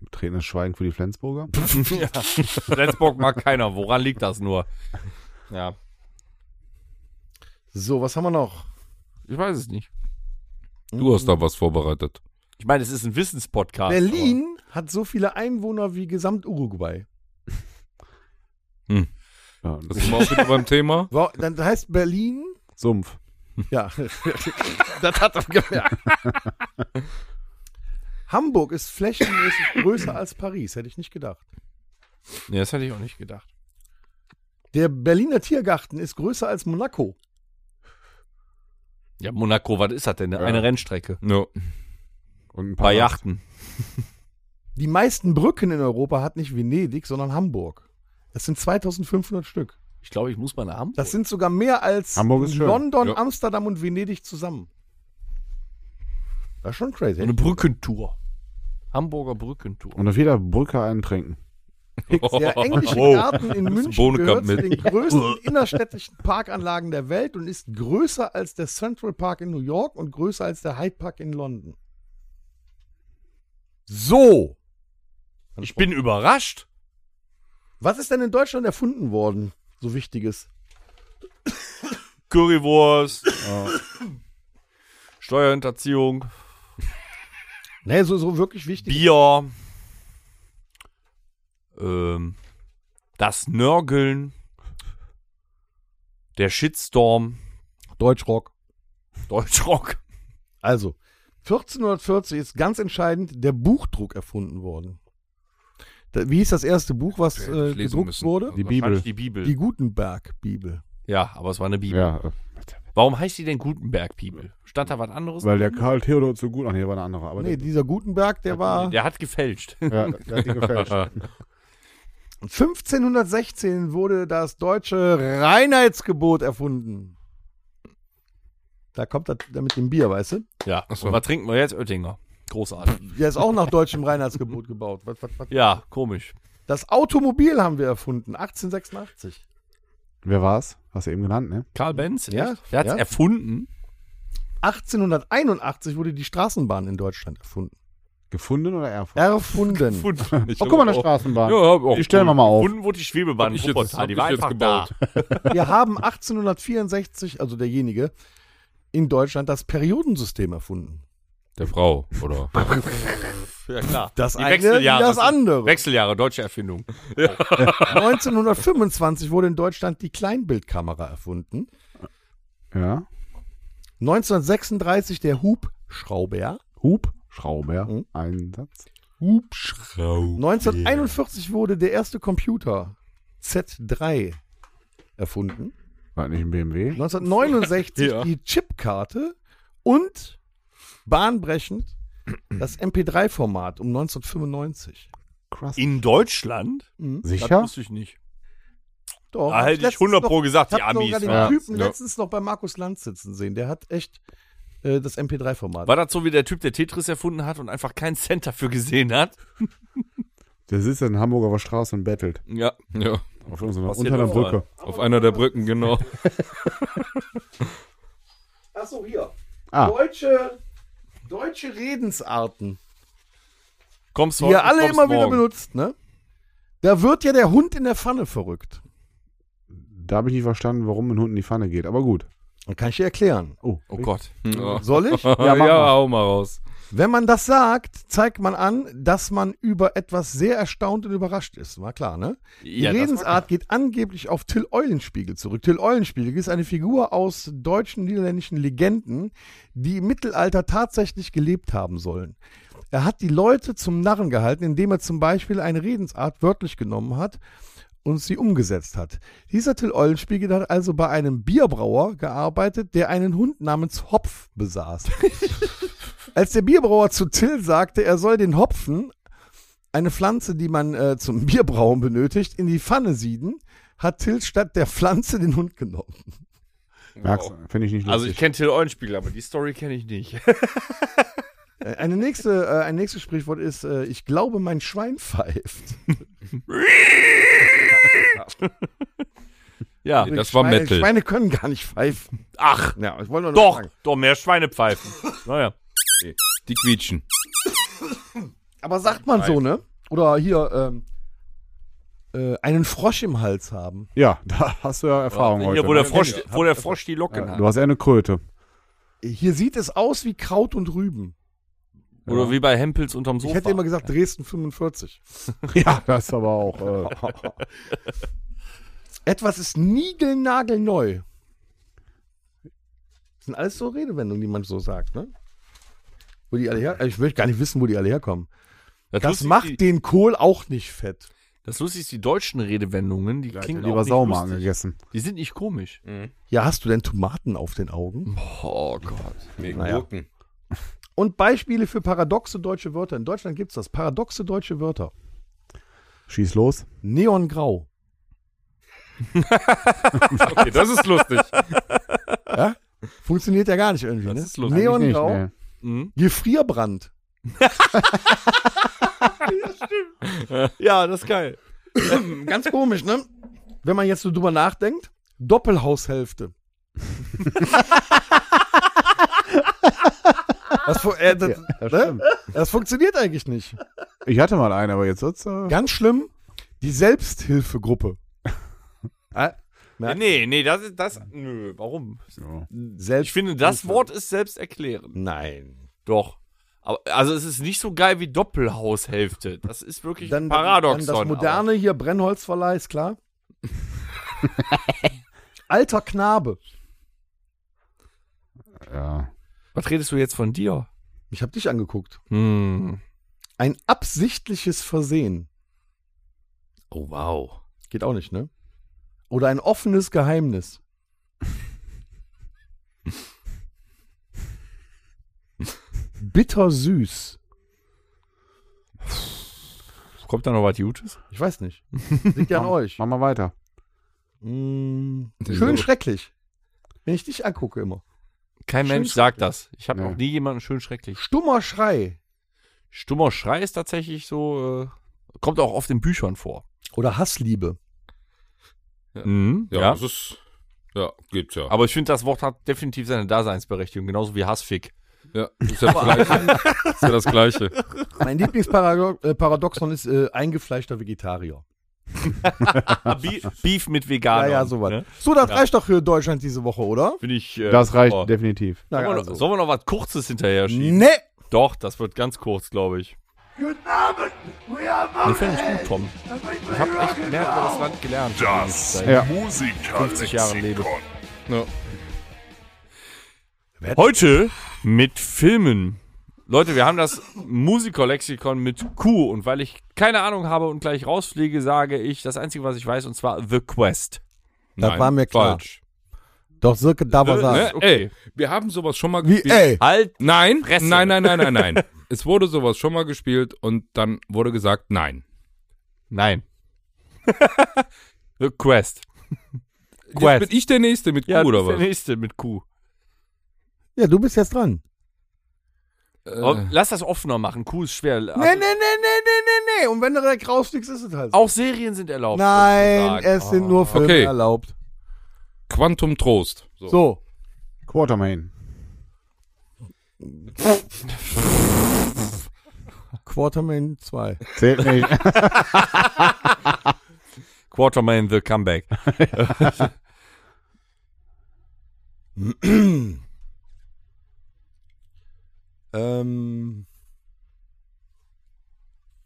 S6: Betretenes Schweigen für die Flensburger.
S2: ja. Flensburg mag keiner. Woran liegt das nur? Ja.
S3: So, was haben wir noch?
S2: Ich weiß es nicht.
S4: Du hast da was vorbereitet.
S2: Ich meine, es ist ein Wissenspodcast.
S3: Berlin hat so viele Einwohner wie gesamt Uruguay.
S6: Ja,
S4: Das
S6: das
S4: sind wir auch wieder beim Thema.
S3: Wow, Dann heißt Berlin,
S6: Sumpf.
S3: ja,
S2: Das hat er gemerkt.
S3: Hamburg ist flächenmäßig größer als Paris, hätte ich nicht gedacht.
S2: Ja, das hätte ich auch nicht gedacht.
S3: Der Berliner Tiergarten ist größer als Monaco.
S2: Ja, Monaco, was ist das denn? Eine
S6: Ja.
S2: Rennstrecke.
S4: Ja.
S6: Und ein
S2: Bei
S6: paar
S2: Yachten.
S3: Die meisten Brücken in Europa hat nicht Venedig, sondern Hamburg. Das sind 2500 Stück.
S2: Ich glaube, ich muss mal nach Hamburg.
S3: Das sind sogar mehr als
S6: Hamburg ist schön.
S3: London,
S4: Ja.
S3: Amsterdam und Venedig zusammen. Das ist schon crazy.
S2: so eine Brückentour. Hamburger Brückentour.
S6: Und auf jeder Brücke einen trinken.
S3: Der
S4: Oh.
S3: englische Garten in München gehört
S4: Bohnenkamp
S3: zu
S4: mit.
S3: den größten innerstädtischen Parkanlagen der Welt und ist größer als der Central Park in New York und größer als der Hyde Park in London. So.
S2: Ich bin überrascht.
S3: Was ist denn in Deutschland erfunden worden? So wichtiges.
S2: Currywurst. Steuerhinterziehung.
S3: Nee, so, so wirklich wichtig.
S2: Bier. Ähm, das Nörgeln. Der Shitstorm.
S3: Deutschrock.
S2: Deutschrock.
S3: Also, 1440 ist ganz entscheidend der Buchdruck erfunden worden. Da, wie hieß das erste Buch, was
S4: hätte ich
S3: äh,
S4: lesen
S3: gedruckt
S4: müssen.
S3: wurde?
S6: Die
S4: Wahrscheinlich
S6: Bibel.
S2: Die Bibel.
S3: Die Gutenberg-Bibel.
S2: ja, aber es war eine Bibel.
S6: Ja. äh,
S2: Warum heißt die denn Gutenberg People? Stand da was anderes?
S6: Weil der Karl Theodor zu gut. Ach nee, war eine andere. Aber
S3: Nee, dieser Gutenberg, der war
S2: der hat gefälscht.
S6: der, ja, der hat die gefälscht.
S3: 1516 wurde das deutsche Reinheitsgebot erfunden. Da kommt das da mit dem Bier, weißt du?
S2: Ja. Und was trinken wir jetzt? Oettinger. Großartig.
S3: Der ist auch nach deutschem Reinheitsgebot gebaut. Was, was, was?
S2: Ja, komisch.
S3: Das Automobil haben wir erfunden, 1886.
S6: Wer war's? Hast du eben genannt, ne?
S2: Karl Benz?
S3: Ja,
S2: echt? Der hat es
S3: ja.
S2: erfunden.
S3: 1881 wurde die Straßenbahn in Deutschland erfunden.
S6: Gefunden oder Erfurt?
S3: Erfunden.
S2: Erfunden.
S6: oh, guck mal, eine Straßenbahn.
S4: Ja, hab auch-
S6: die stellen wir mal auf.
S2: Erfunden wurde die Schwebebahn in
S4: Hab ich jetzt-
S2: Wuppertal.
S4: hab
S2: Die
S4: ich
S2: war
S4: jetzt
S2: einfach
S4: gebaut.
S2: da.
S3: Wir haben 1864, also derjenige, in Deutschland das Periodensystem erfunden.
S4: Der Frau, oder?
S2: Ja, klar.
S3: Das
S2: Die
S3: eine wie
S2: Wechseljahre
S3: das
S2: sind-
S3: andere.
S2: Wechseljahre, deutsche Erfindung.
S3: 1925 wurde in Deutschland die Kleinbildkamera erfunden.
S6: Ja.
S3: 1936 der Hubschrauber.
S6: Hubschrauber.
S3: Mhm.
S6: Einsatz.
S3: 1941 wurde der erste Computer Z3 erfunden.
S6: War nicht ein
S3: Hm.
S6: BMW.
S3: 1969
S2: Ja.
S3: die Chipkarte und bahnbrechend das MP3-Format um 1995.
S6: Krass.
S2: In Deutschland?
S3: Mhm.
S2: Das
S6: Sicher?
S2: wusste ich nicht.
S3: Doch,
S2: Da
S3: hab
S2: Ah, hätte ich
S3: letztens
S2: 100 pro
S3: noch-
S2: gesagt,
S3: Ich
S2: die
S3: habe
S2: Amis.
S3: sogar den
S6: ja.
S3: Typen
S4: Ja.
S3: letztens noch bei Markus Land sitzen sehen. Der hat echt äh, das MP3-Format.
S2: War das so wie der Typ, der Tetris erfunden hat und einfach keinen Cent dafür gesehen hat?
S6: Der sitzt in Hamburg auf der Straße und bettelt.
S4: ja, ja.
S6: Auf unserer,
S2: Passiert
S6: unter einer
S2: überall.
S6: Brücke.
S4: Auf einer der Brücken, genau.
S3: Achso, hier.
S6: Ah.
S3: Deutsche, deutsche Redensarten,
S2: Kommst
S3: die ihr alle
S2: kommst
S3: immer wieder
S2: morgen.
S3: benutzt, ne? Da wird ja der Hund in der Pfanne verrückt.
S6: Da habe ich nicht verstanden, warum ein Hund in die Pfanne geht. Aber gut.
S3: Dann kann ich dir erklären.
S6: Oh,
S4: Oh Gott. Ja,
S3: Soll ich?
S4: ja,
S6: mach mal.
S4: hau mal raus.
S3: Wenn man das sagt, zeigt man an, dass man über etwas sehr erstaunt und überrascht ist. War klar, ne? Die
S2: Ja, das war
S3: Redensart geht angeblich auf Till Eulenspiegel zurück. Till Eulenspiegel ist eine Figur aus deutschen niederländischen Legenden, die im Mittelalter tatsächlich gelebt haben sollen. Er hat die Leute zum Narren gehalten, indem er zum Beispiel eine Redensart wörtlich genommen hat und sie umgesetzt hat. Dieser Till Eulenspiegel hat also bei einem Bierbrauer gearbeitet, der einen Hund namens Hopf besaß. Als der Bierbrauer zu Till sagte, er soll den Hopfen, eine Pflanze, die man äh, zum Bierbrauen benötigt, in die Pfanne sieden, hat Till statt der Pflanze den Hund genommen.
S6: merkst Finde ich nicht lustig.
S2: Also ich kenne Till Eulenspiegel, aber die Story kenne ich nicht.
S3: Äh, Eine nächste, äh, ein nächstes Sprichwort ist, äh, ich glaube, mein Schwein pfeift.
S2: Ja.
S4: das war
S3: Schweine,
S4: Metal.
S3: Schweine können gar nicht pfeifen.
S2: Ach,
S3: Ja, ich wollte nur noch
S2: doch,
S3: sagen.
S2: doch, mehr Schweine pfeifen. Naja.
S4: Die quietschen.
S3: Aber sagt man so, ne? Oder hier, ähm, äh, einen Frosch im Hals haben.
S6: ja, da hast du ja Erfahrung heute.
S2: Hier, wo der
S6: ne?
S2: Frosch, wo der Frosch die Locken
S6: ja,
S2: hat.
S6: du hast eher eine Kröte.
S3: Hier sieht es aus wie Kraut und Rüben.
S2: Oder wie bei Hempels unterm
S3: Ich
S2: Sofa.
S3: hätte immer gesagt, Dresden 45.
S2: Ah.
S6: Ja, das ist aber auch. Äh,
S3: Etwas ist niegelnagelneu. Das sind alles so Redewendungen, die man so sagt, ne? Wo die alle her also ich möchte gar nicht wissen, wo die alle herkommen. Das
S2: Lustig ist
S3: macht
S2: die,
S3: den Kohl auch nicht fett.
S2: Das lustig ist, die deutschen Redewendungen, die klingen auch
S6: lieber
S2: nicht
S6: Saumagen
S2: lustig.
S6: gegessen.
S2: Die sind nicht komisch.
S3: Ja, hast du denn Tomaten auf den Augen?
S4: Oh Gott. Nee,
S3: Naja.
S4: Gurken.
S3: Und Beispiele für paradoxe deutsche Wörter. In Deutschland gibt es das. Paradoxe deutsche Wörter.
S6: Schieß los.
S3: Neongrau.
S4: Okay, das ist lustig.
S3: Funktioniert ja gar nicht irgendwie, ne?
S4: ist lustig.
S6: Eigentlich nicht,
S3: Neongrau.
S6: nee.
S2: Mhm.
S3: Gefrierbrand.
S2: Ja, das ist geil.
S3: Ganz komisch, ne? Wenn man jetzt so drüber nachdenkt. Doppelhaushälfte. das, fu- äh, das,
S6: Das
S3: ne?
S6: stimmt.
S3: das funktioniert eigentlich nicht.
S6: Ich hatte mal einen, aber jetzt wird's. Äh,
S3: Ganz schlimm, die Selbsthilfegruppe. Merkt-
S2: Nee, nee, das ist das. Nö, warum?
S6: ja.
S2: Ich finde, das Wort ist selbsterklärend.
S3: Nein.
S2: Doch. Aber, also es ist nicht so geil wie Doppelhaushälfte. Das ist wirklich
S3: Dann,
S2: ein Paradoxon.
S3: dann das moderne hier, Brennholzverleih, ist klar. Alter Knabe.
S6: ja.
S2: aber- Was redest du jetzt von dir?
S3: Ich habe dich angeguckt.
S2: Hm.
S3: Ein absichtliches Versehen.
S2: Oh, wow.
S3: Geht auch nicht, ne? Oder ein offenes Geheimnis. Bittersüß.
S2: Kommt da noch was Gutes?
S3: Ich weiß nicht. Liegt ja an euch.
S6: Mach mal weiter.
S3: Mm,
S4: Das ist
S3: schön
S4: so-
S3: schrecklich. Wenn ich dich angucke immer.
S2: Kein
S3: Schön
S2: Mensch sagt das. Ich habe
S6: Nee.
S2: noch nie jemanden schön schrecklich.
S3: Stummer Schrei
S2: Stummer Schrei ist tatsächlich so, äh, kommt auch oft in Büchern vor.
S3: oder Hassliebe.
S2: Mhm,
S4: Ja, das ist. Ja, gibt's ja.
S2: Aber ich finde, das Wort hat definitiv seine Daseinsberechtigung, genauso wie Hassfick.
S4: ja, ist ja, das Gleiche. ist ja das Gleiche.
S3: Mein Lieblingsparadoxon äh, Paradoxon ist äh, eingefleischter Vegetarier.
S2: Ah, Beef mit Veganern.
S3: ja, ja,
S2: sowas.
S3: sowas. So, das reicht doch für Deutschland diese Woche, oder?
S2: Finde ich. äh,
S6: Das reicht
S2: oh.
S6: definitiv.
S3: Na,
S2: Sollen wir,
S3: also.
S2: noch, sollen wir noch was Kurzes hinterher schieben?
S3: Nee.
S2: Doch, das wird ganz kurz, glaube ich. Guten Abend, wir haben gut, Tom. Ich habe echt mehr über das Land gelernt.
S1: Das
S6: Ja.
S2: Jahre lebe.
S1: Musiklexikon.
S2: Heute mit Filmen. Leute, wir haben das Musikerlexikon mit Q und weil ich keine Ahnung habe und gleich rausfliege, sage ich das Einzige, was ich weiß, und zwar The Quest.
S3: Das
S4: Nein,
S3: war mir klar.
S4: Falsch.
S3: Doch, Sirke, da war
S4: Ne?
S3: das.
S4: Ey, wir haben sowas schon mal
S3: Wie, ey.
S2: Halt
S4: Nein, nein, nein, nein, nein, nein. es wurde sowas schon mal gespielt und dann wurde gesagt, nein.
S2: Nein. The Quest.
S4: Jetzt bin ich der Nächste mit Q
S2: Ja,
S4: oder
S2: das ist
S4: was?
S2: der nächste mit Q.
S3: Ja, du bist jetzt dran.
S2: Aber Lass das offener machen. Q ist schwer. Also,
S3: Nee, nee, nee, nee, nee, nee, nee. Und wenn du direkt rausfliegst, ist es halt so.
S2: Auch Serien sind erlaubt.
S3: Nein, äh.
S2: sozusagen.
S3: es sind nur Filme
S4: Okay.
S3: erlaubt.
S4: Quantum Trost. So.
S3: So.
S6: Quartermain.
S3: Quartermain 2.
S6: Zählt nicht.
S2: Quartermain The Comeback.
S3: ähm.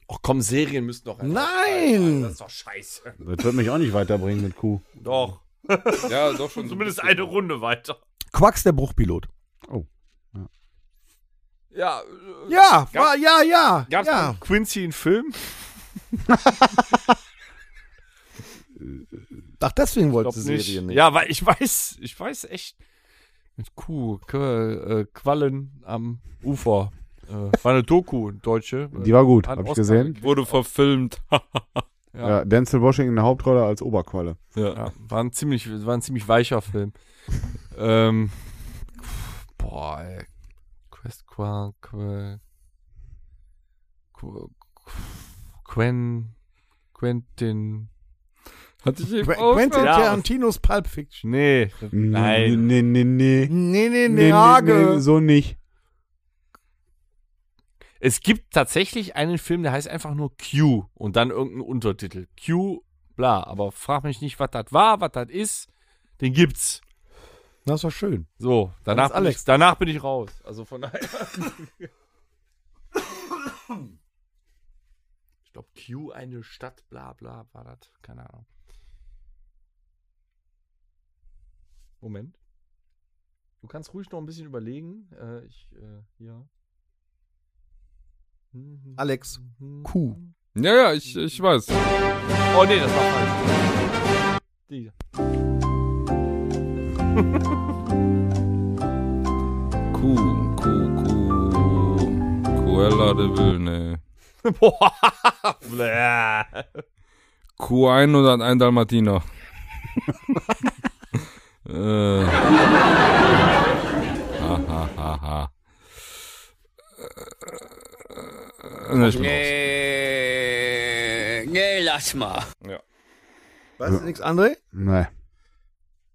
S2: Ach komm, Serien müssen doch.
S3: Nein!
S2: ist doch scheiße.
S6: das wird mich auch nicht weiterbringen mit Q.
S2: Doch.
S4: Ja, doch schon.
S2: Zumindest eine Runde weiter.
S3: Quacks der Bruchpilot.
S2: Ja. äh,
S3: Ja, war, ja, ja.
S2: Gab's
S3: ja.
S2: von Quincy einen Film?
S3: Ach, deswegen wolltest du
S2: Glaub
S3: Serien nicht.
S2: Ja, weil ich weiß, ich weiß echt. Mit Q, Qu- äh, Quallen am Ufer. Äh, war eine Doku, eine deutsche. Äh,
S6: Die war gut,
S2: hat
S6: habe ich
S2: Oscar
S6: gesehen.
S4: Wurde verfilmt.
S2: Ja.
S6: Ja, Denzel Washington in der Hauptrolle als Oberqualle.
S4: ja.
S2: Ja, war ein ziemlich, war ein ziemlich weicher Film. ähm, boah, ey. Quest, Qua, Qua, Qu- Quen, Quentin.
S4: Hatte ich eben
S3: Qu-
S4: auch.
S3: Quentin
S2: Ja.
S3: Tarantinos Pulp Fiction.
S2: Nee, nein.
S6: Nee, nee, nee. Nee,
S3: Nee, nee, nee,
S6: nee, nee,
S3: Hage.
S6: so nicht.
S2: Es gibt tatsächlich einen Film, der heißt einfach nur Q und dann irgendein Untertitel. Q, bla, aber frag mich nicht, was das war, was das ist. Den gibt's.
S3: Das war schön.
S2: So, danach
S3: ist
S2: bin,
S3: Alex.
S2: ich, danach bin ich raus. Also von daher. ich glaube, Q eine Stadt, bla bla, war das. Keine Ahnung. Moment. Du kannst ruhig noch ein bisschen überlegen. Äh, ich, äh, Hm, ja.
S3: Alex, Q.
S4: Ja, ja, ich, ich weiß.
S2: Oh nee, das war falsch. Die.
S4: Q, Q, Q. Cruella de Vil, ne.
S2: Boah. Bläh.
S4: Q101 Dalmatiner. äh. ha, ha, ha, ha. Äh, ne, ich bin raus.
S7: Nee, nee, lass mal.
S3: Weißt du nichts, André?
S6: Nee.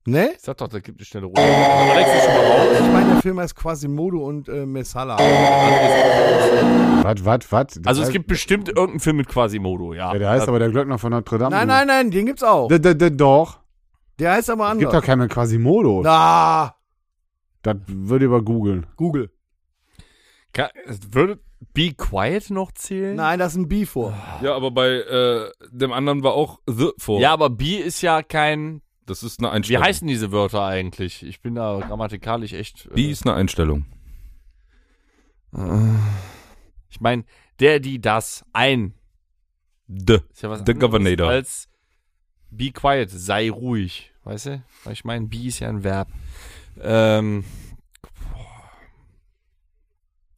S3: Nee?
S2: Ich sag doch, da gibt eine schnelle Runde. Alex ist schon mal raus.
S3: Ich meine, der Film heißt Quasimodo und äh, Messala.
S6: Was, was, was?
S2: Also es gibt bestimmt irgendeinen Film mit Quasimodo, ja.
S6: Ja, der heißt aber der Glöckner von Notre Dame.
S3: Nein, nein, nein, den gibt's auch.
S6: D -d -d doch.
S3: Der heißt aber
S6: Es gibt doch
S3: anders.
S6: keinen Quasimodo.
S3: Na,
S6: Das würde über googeln.
S3: Google.
S2: Ka- es würde Be Quiet noch zählen?
S3: Nein, das ist ein Before.
S4: Ja, aber bei äh, dem anderen war auch The vor.
S2: Oh. Ja, aber Be ist ja kein.
S4: Das ist eine
S2: Wie
S4: Einstellung.
S2: heißen diese Wörter eigentlich? Ich bin da grammatikalisch echt. äh,
S4: Die ist eine Einstellung.
S2: Ich meine, der, die, das, ein.
S4: The.
S2: Ist ja was
S4: The
S2: anderes
S4: Governator.
S2: Als Be Quiet, sei ruhig. Weißt du? Weil ich meine, Be ist ja ein Verb. Ähm, boah.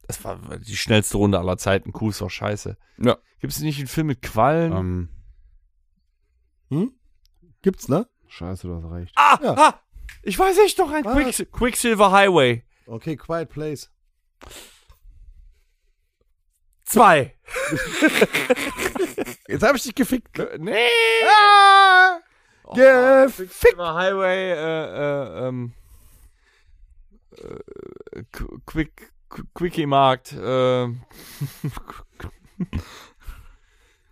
S2: das war die schnellste Runde aller Zeiten. Kuh ist doch scheiße.
S4: Ja.
S2: Gibt es nicht einen Film mit Quallen?
S6: Ähm,
S3: Hm? Gibt's, ne?
S6: scheiße, du hast recht.
S2: ah,
S3: ja.
S2: ah, ich weiß echt noch einen.
S3: Was?
S2: Quicks Quicksilver Highway
S3: Okay, Quiet Place.
S2: 2.
S3: Jetzt habe ich dich gefickt. ne? Ah!
S2: Nee. Oh,
S3: Gefickt.
S2: Quicksilver Highway, äh, äh, ähm, äh, Qu- Quick, Qu- Quickie-Markt, äh,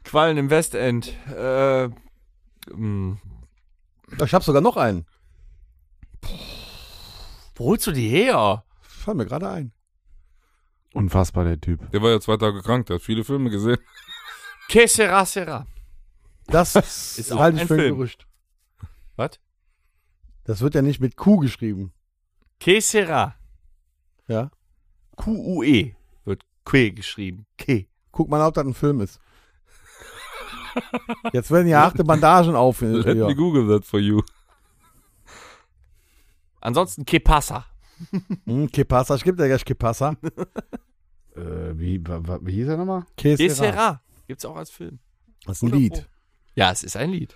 S2: Quallen im Westend, äh, hm. mh.
S3: Ich habe sogar noch einen.
S2: Wo holst du die her?
S3: Fall mir gerade ein.
S6: Unfassbar, der Typ.
S4: Der war ja zwei Tage krank, der hat viele Filme gesehen.
S2: Que sera, sera.
S3: Das
S2: Ist
S3: ist
S2: auch
S3: halte ich
S2: ein
S3: für ein
S2: Film.
S3: Gerücht.
S2: Was?
S3: Das wird ja nicht mit Q geschrieben.
S2: Que sera.
S3: Ja.
S2: Q-U-E E wird Que geschrieben. Que.
S3: Guck mal, ob das ein Film ist. Jetzt werden ja harte Bandagen auf. äh,
S4: Let
S3: ja.
S4: me Google that for you.
S2: Ansonsten Que pasa.
S3: Hm, que pasa? Ich gebe dir gleich que pasa.
S6: Äh, wie, wa- wa- wie hieß er nochmal?
S3: Que
S2: Que
S3: sera.
S2: sera. Gibt's auch als Film.
S3: Das ist ein Lied.
S2: Ja, es ist ein Lied.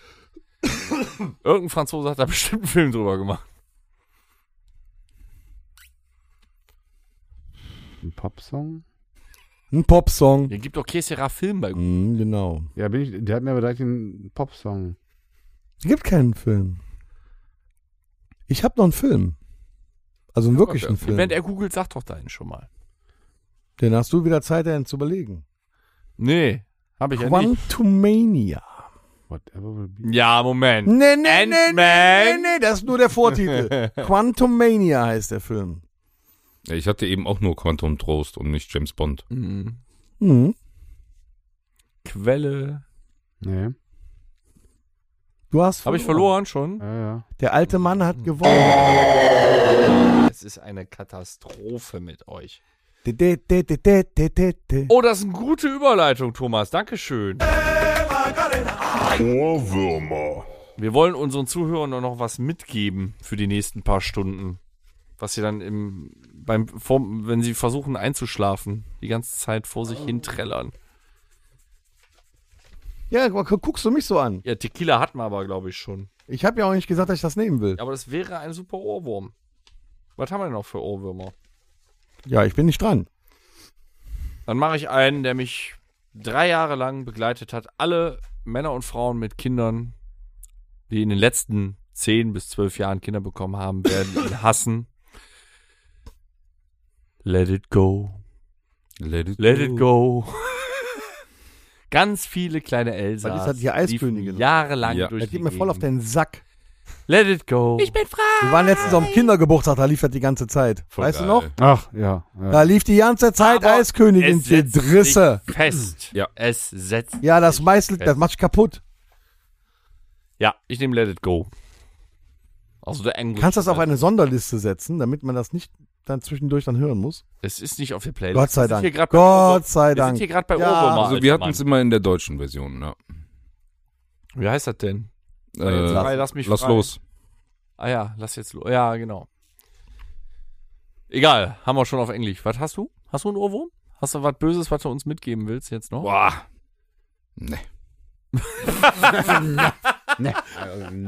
S2: Irgendein Franzose hat da bestimmt einen Film drüber gemacht.
S6: Ein Popsong?
S3: Ein Popsong.
S2: Der gibt doch Que sera Film bei Google.
S3: Hm, genau.
S6: Ja, bin ich, der hat mir aber direkt einen Popsong.
S3: Es gibt keinen Film. Ich habe noch einen Film. Also einen wirklichen Film.
S2: Wenn er googelt, sagt doch deinen schon mal.
S3: Den hast du wieder Zeit, dir einen zu überlegen.
S2: Nee, habe ich ja nicht.
S3: Quantumania.
S6: Whatever will be.
S2: Ja, Moment.
S3: Nee, nee, nee, nee,
S2: Ant-Man.
S3: nee, das ist nur der Vortitel. Quantumania heißt der Film.
S4: Ja, Ich hatte eben auch nur Quantum Trost und nicht James Bond.
S2: Mhm.
S3: Mhm.
S2: Quelle.
S6: Nee.
S3: Du hast
S2: Habe ich verloren schon?
S6: Ja, ja.
S3: Der alte Mann hat gewonnen.
S2: Es ist eine Katastrophe mit euch.
S3: De, de, de, de, de, de, de, de.
S2: Oh, das ist eine gute Überleitung, Thomas. Dankeschön.
S1: Ohrwürmer.
S2: Wir wollen unseren Zuhörern noch was mitgeben für die nächsten paar Stunden. Was sie dann im, beim, vorm- wenn sie versuchen einzuschlafen, die ganze Zeit vor sich hin trällern.
S3: Ja, gu- gu- guckst du mich so an.
S2: Ja, Tequila hatten wir aber, glaube ich, schon.
S3: Ich habe ja auch nicht gesagt, dass ich das nehmen will.
S2: Ja, Aber das wäre ein super Ohrwurm. Was haben wir denn noch für Ohrwürmer?
S3: Ja, ich bin nicht dran.
S2: Dann mache ich einen, der mich drei Jahre lang begleitet hat. Alle Männer und Frauen mit Kindern, die in den letzten zehn bis zwölf Jahren Kinder bekommen haben, werden ihn hassen. Let it go.
S4: Let it,
S2: Let it go. Ganz viele kleine Elsas.
S3: Was ist das hier,
S2: liefen
S3: Eiskönigin?
S2: Jahrelang
S4: Ja.
S2: durch
S3: Das
S2: die
S3: geht mir voll auf
S2: Gegend.
S3: den Sack.
S2: Let it go. Ich bin
S3: Wir waren letztens am Kindergeburtstag, da lief das die ganze Zeit.
S4: Voll
S3: weißt
S4: geil.
S3: du noch?
S6: Ach, ja. ja.
S3: Da lief die ganze Zeit
S2: Aber
S3: Eiskönigin, die Drisse.
S2: fest.
S4: Ja.
S2: Es setzt.
S3: Ja, das
S2: sich
S3: meißelt, das
S2: fest.
S3: macht ich kaputt.
S2: Ja, ich nehme Let it go. Also der Englisch.
S3: Kannst das auf eine Sonderliste setzen, damit man das nicht dann zwischendurch dann hören muss?
S2: Es ist nicht auf der Playlist.
S3: Gott sei
S2: Wir sind
S3: Dank.
S2: Hier grad bei Ohrwurm-
S3: Gott sei
S2: Wir
S3: Dank.
S2: sind hier gerade bei
S3: Ja.
S2: Ohrwürmer.
S4: Also
S2: alter
S4: wir hatten
S2: Mann.
S4: es immer in der deutschen Version, ja.
S2: Wie heißt das denn?
S4: Äh,
S2: frei, lass mich frei.
S4: los.
S2: Ah ja, lass jetzt los. Ja, genau. Egal, haben wir schon auf Englisch. Was hast du? Hast du einen Ohrwurm? Hast du was Böses, was du uns mitgeben willst jetzt noch?
S4: Boah. Nee.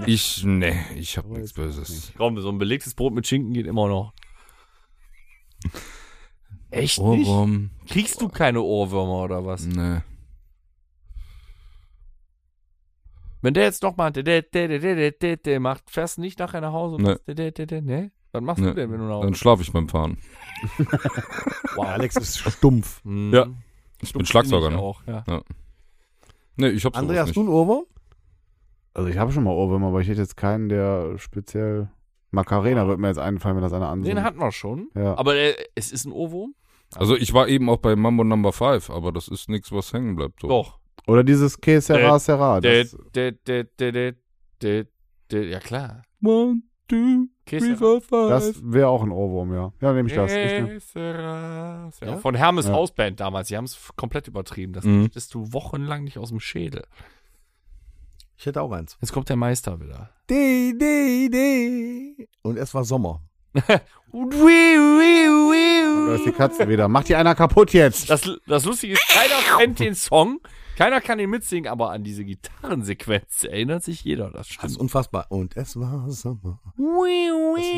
S4: Ich, nee, ich hab nichts Böses.
S2: Komm, so ein belegtes Brot mit Schinken geht immer noch. Echt nicht?
S4: Ohrwurm.
S2: Kriegst du keine Ohrwürmer oder was?
S4: Nee.
S2: Wenn der jetzt nochmal macht, fährst du nicht nachher nach Hause und
S4: Nee.
S2: machst dä- dä- dä- dä- ne? Was machst du
S4: Nee.
S2: denn, wenn du nach Hause
S4: Dann schlafe ich beim Fahren.
S2: Wow.
S3: Alex ist stumpf.
S2: Hm.
S4: Ja. Ich bin Schlagzeuger,
S2: Bin ich
S4: ne?
S2: auch, ja.
S4: Nee, ich hab sowas
S3: Andreas,
S4: nicht.
S3: du ein Ohrwurm?
S6: Also ich habe schon mal Ohrwürmer, aber ich hätte jetzt keinen, der speziell Macarena wird mir jetzt einfallen, wenn das einer
S2: Den
S6: ansieht.
S2: hatten wir schon.
S6: Ja.
S2: Aber äh, es ist ein Ohrwurm?
S4: Also ich war eben auch bei Mambo Number 5, aber das ist nichts, was hängen bleibt. So.
S2: Doch.
S6: Oder dieses Que Sera Sera.
S2: Dä-
S6: Das,
S2: dä- dä- dä- dä- dä- dä- Ja, klar.
S4: One, two, three,
S2: Käse.
S4: four, five.
S6: das wäre auch ein Ohrwurm, ja. Ja, nehme ich das. Ich nehm,
S2: Ja,
S3: Ja?
S2: Von Hermes
S6: Ja.
S2: Hausband damals. Die haben es komplett übertrieben. Das
S4: Mhm.
S2: kriegtest du wochenlang nicht aus dem Schädel.
S3: Ich hätte auch eins.
S2: Jetzt kommt der Meister wieder.
S3: D, D, D. Und es war Sommer.
S6: Da ist die Katze wieder. Macht die einer kaputt jetzt.
S2: Das, das Lustige ist, keiner kennt den Song, keiner kann ihn mitsingen, aber an diese Gitarrensequenz erinnert sich jeder. Das
S3: Das ist
S2: stimmt.
S3: unfassbar. Und es war Sommer. Das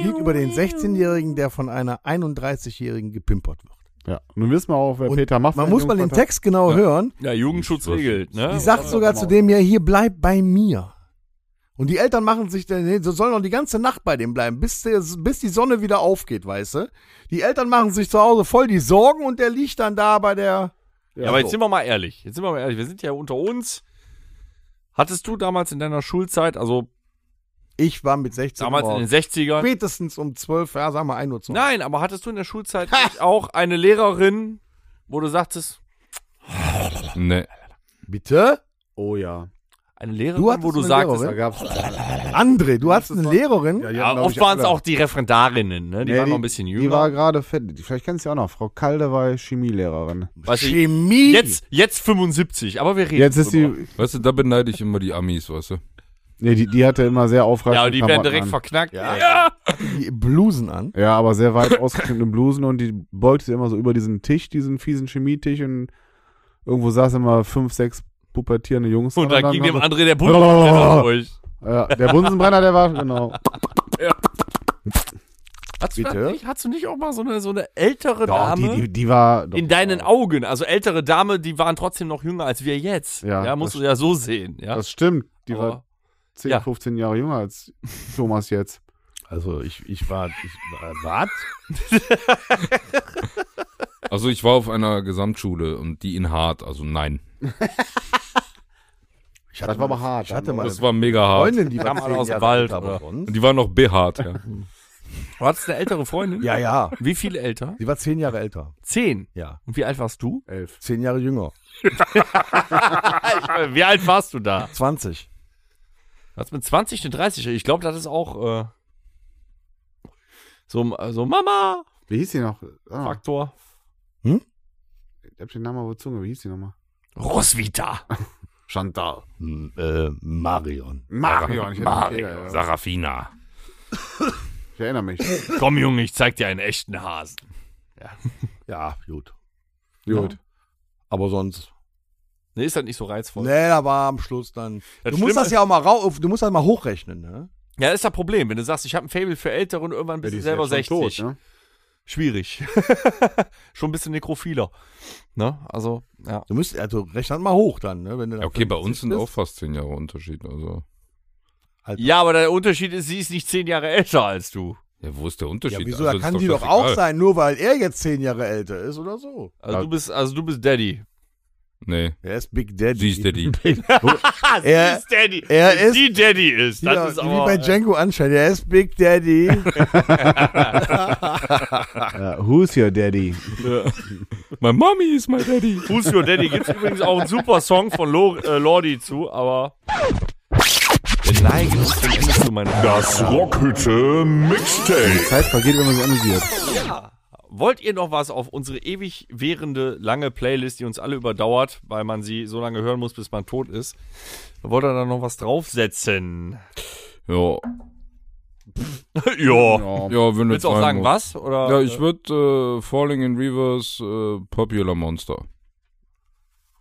S3: Lied über den 16-Jährigen, der von einer 31-Jährigen gepimpert wird.
S6: Ja. Nun wissen wir auch, wer
S3: Und
S6: Peter macht.
S3: Man muss mal den Text genau hören.
S2: Ja, Jugendschutz regelt, ne?
S3: Die sagt sogar zu dem hier, hier bleib bei mir. Und die Eltern machen sich dann, nee, so soll noch die ganze Nacht bei dem bleiben, bis, der, bis die Sonne wieder aufgeht, weißt du? Die Eltern machen sich zu Hause voll die Sorgen und der liegt dann da bei der.
S2: Ja, aber jetzt sind wir mal ehrlich. Jetzt sind wir mal ehrlich. Wir sind ja unter uns. Hattest du damals in deiner Schulzeit, also
S3: Ich war mit 16
S2: damals
S3: Uhr
S2: in den 60ern,
S3: spätestens um 12, ja, sag mal 1 Uhr 12.
S2: Nein, aber hattest du in der Schulzeit nicht auch eine Lehrerin, wo du sagtest,
S4: Nee.
S3: Bitte?
S6: Oh ja.
S2: eine
S3: Du
S2: Lehrerin,
S3: hattest
S2: wo du
S3: eine
S2: sagtest,
S6: Da
S3: Lehrerin?
S6: gab's.
S3: André, du hast eine Lehrerin?
S6: Ja, die
S2: ja,
S6: hatten, glaub
S2: oft
S6: ich,
S2: waren es
S6: alle.
S2: auch die Referendarinnen, ne? die
S6: Nee,
S2: waren noch ein bisschen
S6: Die war
S2: jünger.
S6: gerade, fett- vielleicht kennst du ja auch noch, Frau Kalde war Chemielehrerin.
S2: Weißt du,
S3: Chemie.
S2: jetzt, jetzt 75, aber wir reden.
S6: Jetzt ist
S2: drüber.
S6: die,
S4: Weißt du, da beneide ich immer die Amis, weißt du?
S6: nee, die, die hatte immer sehr aufreichende
S2: Ja, und die werden
S6: Klamotten
S2: direkt
S6: an.
S2: verknackt. Ja.
S3: Die Blusen an.
S6: Ja, aber sehr weit ausgeschnittene Blusen und die beugte sie immer so über diesen Tisch, diesen fiesen Chemietisch und irgendwo saßen immer fünf, sechs pubertierende Jungs.
S2: Und dann ging dem
S6: haben
S2: André der Bund durch.
S6: sie- ja, der Bunsenbrenner, der war, genau.
S2: Hast du,
S3: Bitte?
S2: das nicht, hast du nicht auch mal so eine, so eine ältere
S6: Doch,
S2: Dame?
S6: die, die, die war, doch,
S2: in deinen Augen, also ältere Dame, die waren trotzdem noch jünger als wir jetzt.
S6: Ja,
S2: musst
S6: das-
S2: du ja so sehen. Ja, Oh.
S6: das stimmt, die
S2: Aber-
S6: war 10,
S2: ja.
S6: 15 Jahre jünger als Thomas jetzt.
S3: Also ich, ich äh, war. Ich, was?
S4: Also ich war auf einer Gesamtschule und die in hart, also nein.
S3: Ich hatte
S6: Das war aber hart.
S3: Ich hatte mal
S4: Das
S3: eine
S4: war mega hart.
S3: Freundin, die war
S2: Kam alle
S3: zehn
S2: aus dem
S3: Jahre
S2: Wald,
S3: älter, aber
S2: oder?
S3: sonst-
S4: Und die war noch behart, ja.
S2: Du hattest eine ältere Freundin?
S3: Ja, ja.
S2: Wie viel älter?
S3: Sie war zehn Jahre älter.
S2: Zehn.
S3: Ja.
S2: Und wie alt warst du?
S6: Elf.
S3: Zehn Jahre jünger.
S2: Wie alt warst du da?
S3: 20.
S2: Was mit 20, eine 30? Ich glaube, das ist auch äh, so, so Mama-Faktor.
S6: Wie hieß die noch? Ah, ich hab den Namen auf der Zunge, wie hieß die nochmal?
S2: Roswitha.
S6: Chantal.
S3: M äh, Marion.
S6: Marion. Ich, Marion.
S4: Mario,
S6: ja.
S4: Sarafina.
S6: ich erinnere mich.
S2: Komm, Junge, ich zeig dir einen echten Hasen.
S3: Ja, gut.
S6: Gut.
S3: Aber sonst.
S2: Nee, ist das nicht so reizvoll.
S3: Nee, da war am Schluss dann.
S2: Das
S3: du musst
S2: Schlimme-
S3: das ja auch mal rau du musst das mal hochrechnen, ne?
S2: Ja, das ist das Problem. Wenn du sagst, ich habe ein Fable für Ältere und irgendwann bist
S6: die
S2: du
S6: ist
S2: selber
S6: jetzt
S2: 60.
S6: schon tot, ne?
S2: Schwierig. schon ein bisschen nekrophiler. Ne? Also, ja.
S3: Du müsst, also rechne das mal hoch dann, ne? Wenn du
S4: Ja,
S3: dann
S4: okay, bei
S3: 50
S4: uns sind
S3: bist.
S4: auch fast zehn Jahre Unterschied. Also.
S2: Ja, aber der Unterschied ist, sie ist nicht zehn Jahre älter als du.
S4: Ja, wo ist der
S3: Ja,
S4: Unterschied?
S3: wieso?
S4: also,
S3: da
S4: ist
S3: kann die doch auch
S4: scheißegal.
S3: sein, nur weil er jetzt zehn Jahre älter ist oder so.
S2: Also
S6: Ja.
S2: du bist, also du bist Daddy.
S4: Nee,
S3: Er ist Big Daddy.
S4: sie ist der die.
S3: Er-
S2: sie ist Daddy.
S3: er
S2: Wenn
S3: ist-
S2: sie Daddy ist. Das
S3: Ja,
S2: ist
S3: wie
S2: aber,
S3: bei Django Unchained. Er ist Big Daddy.
S6: Ja, who's your daddy?
S4: My mommy is my daddy.
S2: Who's Your Daddy gibt's übrigens auch einen super Song von Lo äh, Lordi zu, aber. Wir neigen uns zum Ende zu meiner
S1: Das Rockhütte Mixtape.
S6: Zeit vergeht, wenn man sich amüsiert.
S2: Wollt ihr noch was auf unsere ewig währende lange Playlist, die uns alle überdauert, weil man sie so lange hören muss, bis man tot ist? Wollt ihr da noch was draufsetzen?
S4: Ja,
S2: ja.
S6: Ja.
S4: ja wenn
S2: Willst du auch
S4: rein
S2: sagen,
S4: muss.
S2: was? Oder,
S4: Ja, ich
S2: äh,
S4: würde äh, Falling in Reverse, äh, Popular Monster.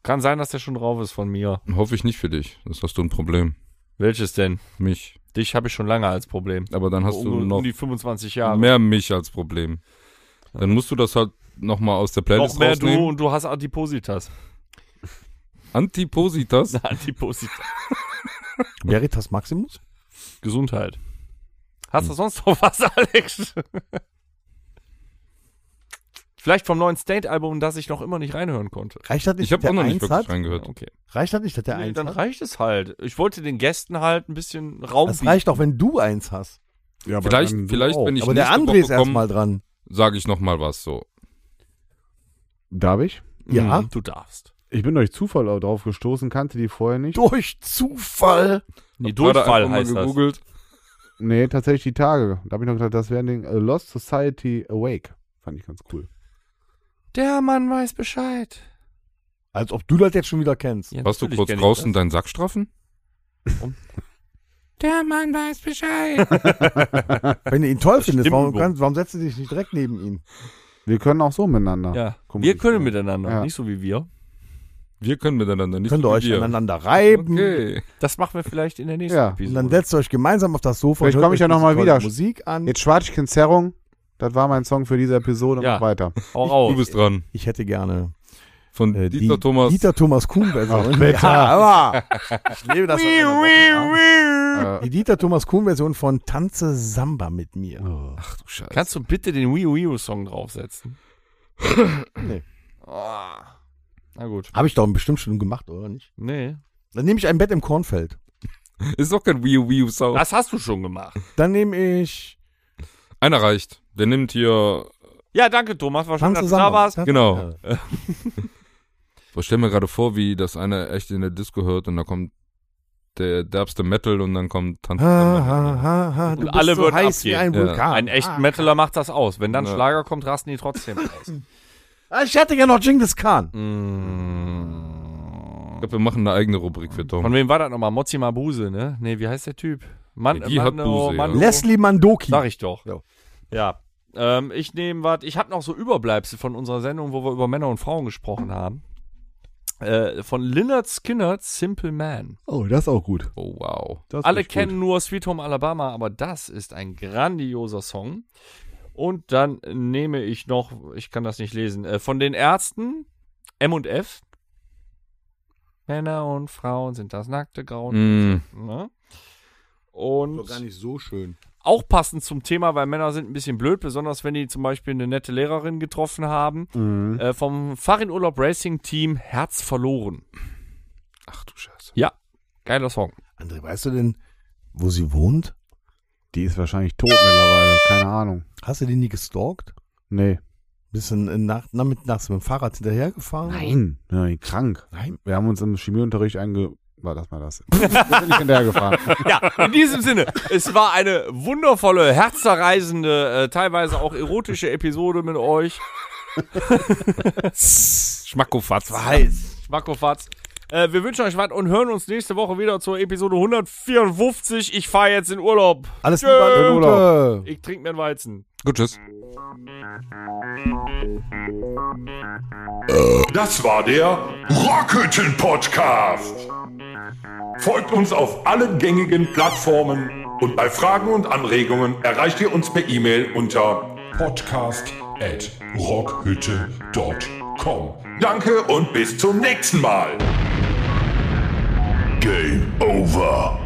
S2: kann sein, dass der schon drauf ist von mir.
S4: Hoffe ich nicht für dich. Das hast du ein Problem.
S2: Welches denn?
S4: Mich.
S2: Dich habe ich schon lange als Problem.
S4: Aber dann hast
S2: um,
S4: du noch
S2: um die 25 Jahre.
S4: mehr mich als Problem. Dann musst du das halt nochmal aus der
S2: noch
S4: Playlist
S2: mehr
S4: rausnehmen.
S2: du und du hast Adipositas.
S4: Antipositas.
S2: Adipositas.
S3: Veritas Maximus?
S2: Gesundheit. Hm. Hast du sonst noch was, Alex? Vielleicht vom neuen State-Album, das ich noch immer nicht reinhören konnte.
S3: Reicht das nicht,
S4: Ich habe
S3: dass
S4: auch
S3: der
S4: noch nicht
S3: eins
S4: wirklich
S3: hat?
S4: reingehört.
S2: Okay.
S3: Reicht das nicht, dass der
S2: Nee,
S3: eins
S2: dann
S3: hat?
S2: reicht es halt. Ich wollte den Gästen halt ein bisschen Raum
S3: Das
S2: bieten.
S3: reicht auch, wenn du eins hast.
S6: Ja, aber
S4: Vielleicht,
S6: dann-
S4: vielleicht
S6: Oh.
S4: wenn ich
S3: Aber der
S4: nächste
S3: André ist
S4: Woche komme,
S3: erstmal dran.
S4: sage ich nochmal was so.
S6: Darf ich?
S3: Ja.
S2: Mhm, Du darfst.
S6: Ich bin durch Zufall auch drauf gestoßen, kannte die vorher nicht.
S3: Durch Zufall.
S2: Nee,
S4: Hab gerade
S2: Durchfall
S4: einfach mal
S2: heißt das.
S4: gegoogelt.
S6: Nee, tatsächlich die Tage. Da habe ich noch gedacht, das wäre ein Ding. Äh, Lost Society Awake. Fand ich ganz cool.
S2: Der Mann weiß Bescheid.
S3: Als ob du das jetzt schon wieder kennst.
S2: Ja,
S4: Hast du
S2: natürlich
S4: kurz
S2: kenn ich
S4: draußen deinen Sack straffen?
S2: das.
S4: Der Mann weiß Bescheid.
S3: Wenn du ihn toll findest, warum,
S2: Stimmbruch.
S3: kannst, warum setzt du dich nicht direkt neben ihn?
S6: Wir können auch so miteinander.
S2: Ja. Wir
S6: Kommunizieren.
S2: können miteinander,
S6: Ja.
S2: nicht so wie wir.
S4: Wir können miteinander nicht.
S3: Könnt ihr
S4: so wie
S3: euch
S4: wir.
S3: aneinander reiben.
S4: Okay.
S2: Das machen wir vielleicht in der nächsten
S6: Ja.
S3: Und
S2: Episode.
S3: dann setzt ihr euch gemeinsam auf das Sofa. und
S6: Vielleicht
S3: hört
S6: komm ich
S3: euch
S6: ja noch
S3: diese
S6: mal
S3: tolle
S6: wieder.
S3: Musik an.
S6: Jetzt Schwartchen Zerrung. Das war mein Song für diese Episode.
S2: Ja.
S6: Mach weiter.
S2: Hau raus.
S4: Du bist dran.
S3: Ich hätte gerne
S4: Von
S3: äh,
S4: Dieter
S3: die,
S4: Thomas.
S3: Dieter Thomas Kuhn-Version.
S6: aber.
S3: ich lebe das. an einem Wochenende. die Dieter Thomas Kuhn-Version von Tanze Samba mit
S6: Oh.
S3: mir.
S4: Ach du Scheiße.
S2: Kannst du bitte den Wii Wii Song draufsetzen?
S3: Nee.
S2: Ah. Na gut.
S3: Habe ich doch bestimmt schon gemacht, oder nicht?
S2: Nee.
S3: Dann nehme ich ein Bett im Kornfeld.
S4: Ist doch kein Wii U, Wii U Sound.
S2: Das hast du schon gemacht.
S3: Dann nehme ich.
S4: Einer reicht. Der nimmt hier.
S2: Ja, danke, Thomas. War schön,
S3: Tanze
S2: dass du da
S3: Samba.
S2: warst.
S3: Tanze-
S4: Genau.
S3: Ja.
S4: Boah, stell mir gerade vor, wie das eine echt in der Disco hört und da kommt der derbste Metal und dann kommt Tanz.
S3: Ha, ha, ha, ha. Du
S2: Und
S3: bist
S2: alle
S3: so
S2: würden
S3: heiß wie
S2: abgehen.
S3: ein
S4: Ja.
S3: Vulkan.
S2: Ein echter Metaler macht das aus. Wenn dann
S4: Ja.
S2: Schlager kommt, rasten die trotzdem aus.
S3: Ah, Ich hätte ja noch Genghis Khan.
S4: Ich glaube, wir machen eine eigene Rubrik für
S2: Von
S4: Tom.
S2: wem war das nochmal? Mozi Mabuse, ne? Nee, wie heißt der Typ? Mann,
S4: Ja, die hat Buse, ja.
S3: Leslie Mandoki.
S2: Sag ich doch.
S3: Ja.
S2: Ja. Ähm, ich nehme was. Ich habe noch so Überbleibsel von unserer Sendung, wo wir über Männer und Frauen gesprochen haben. Äh, von Lynyrd Skynyrd, Simple Man.
S6: Oh, das ist auch gut.
S4: Oh, wow.
S6: Das ist
S2: Alle
S6: echt gut.
S2: kennen nur Sweet Home Alabama, aber das ist ein grandioser Song. Und dann nehme ich noch, ich kann das nicht lesen, äh, von den Ärzten M und F. Männer und Frauen sind das nackte Grauen.
S4: Mm.
S2: Ne? Und
S3: nicht so schön.
S2: auch passend zum Thema, weil Männer sind ein bisschen blöd, besonders wenn die zum Beispiel eine nette Lehrerin getroffen haben. Äh, vom Fahrradurlaub Racing Team Herz verloren.
S4: Ach du Scheiße.
S2: Ja, geiler Song.
S3: André, weißt du denn, wo sie wohnt?
S6: Die ist wahrscheinlich tot mittlerweile. Keine Ahnung.
S3: Hast du die nie gestalkt?
S6: Nee.
S3: Bist du in- nach, na, mit, nachts mit dem Fahrrad hinterhergefahren?
S6: Nein. Nein, krank.
S3: Nein.
S6: Wir haben uns im Chemieunterricht einge... War das mal das? Bin ich hinterher gefahren.
S2: Ja, in diesem Sinne, es war eine wundervolle, herzzerreißende, äh, teilweise auch erotische Episode mit euch.
S4: Schmackofatz.
S2: Heiß. Schmackofatz. Äh, wir wünschen euch was und hören uns nächste Woche wieder zur Episode 154. Ich fahre jetzt in Urlaub.
S3: Alles Liebe,
S2: Tschö.
S3: an Urlaub.
S2: Ich trinke mir einen Weizen.
S4: Gut, tschüss.
S1: Das war der Rockhütten Podcast. Folgt uns auf allen gängigen Plattformen und bei Fragen und Anregungen erreicht ihr uns per E-Mail unter podcast at rockhütte.com. Danke und bis zum nächsten Mal. Game over.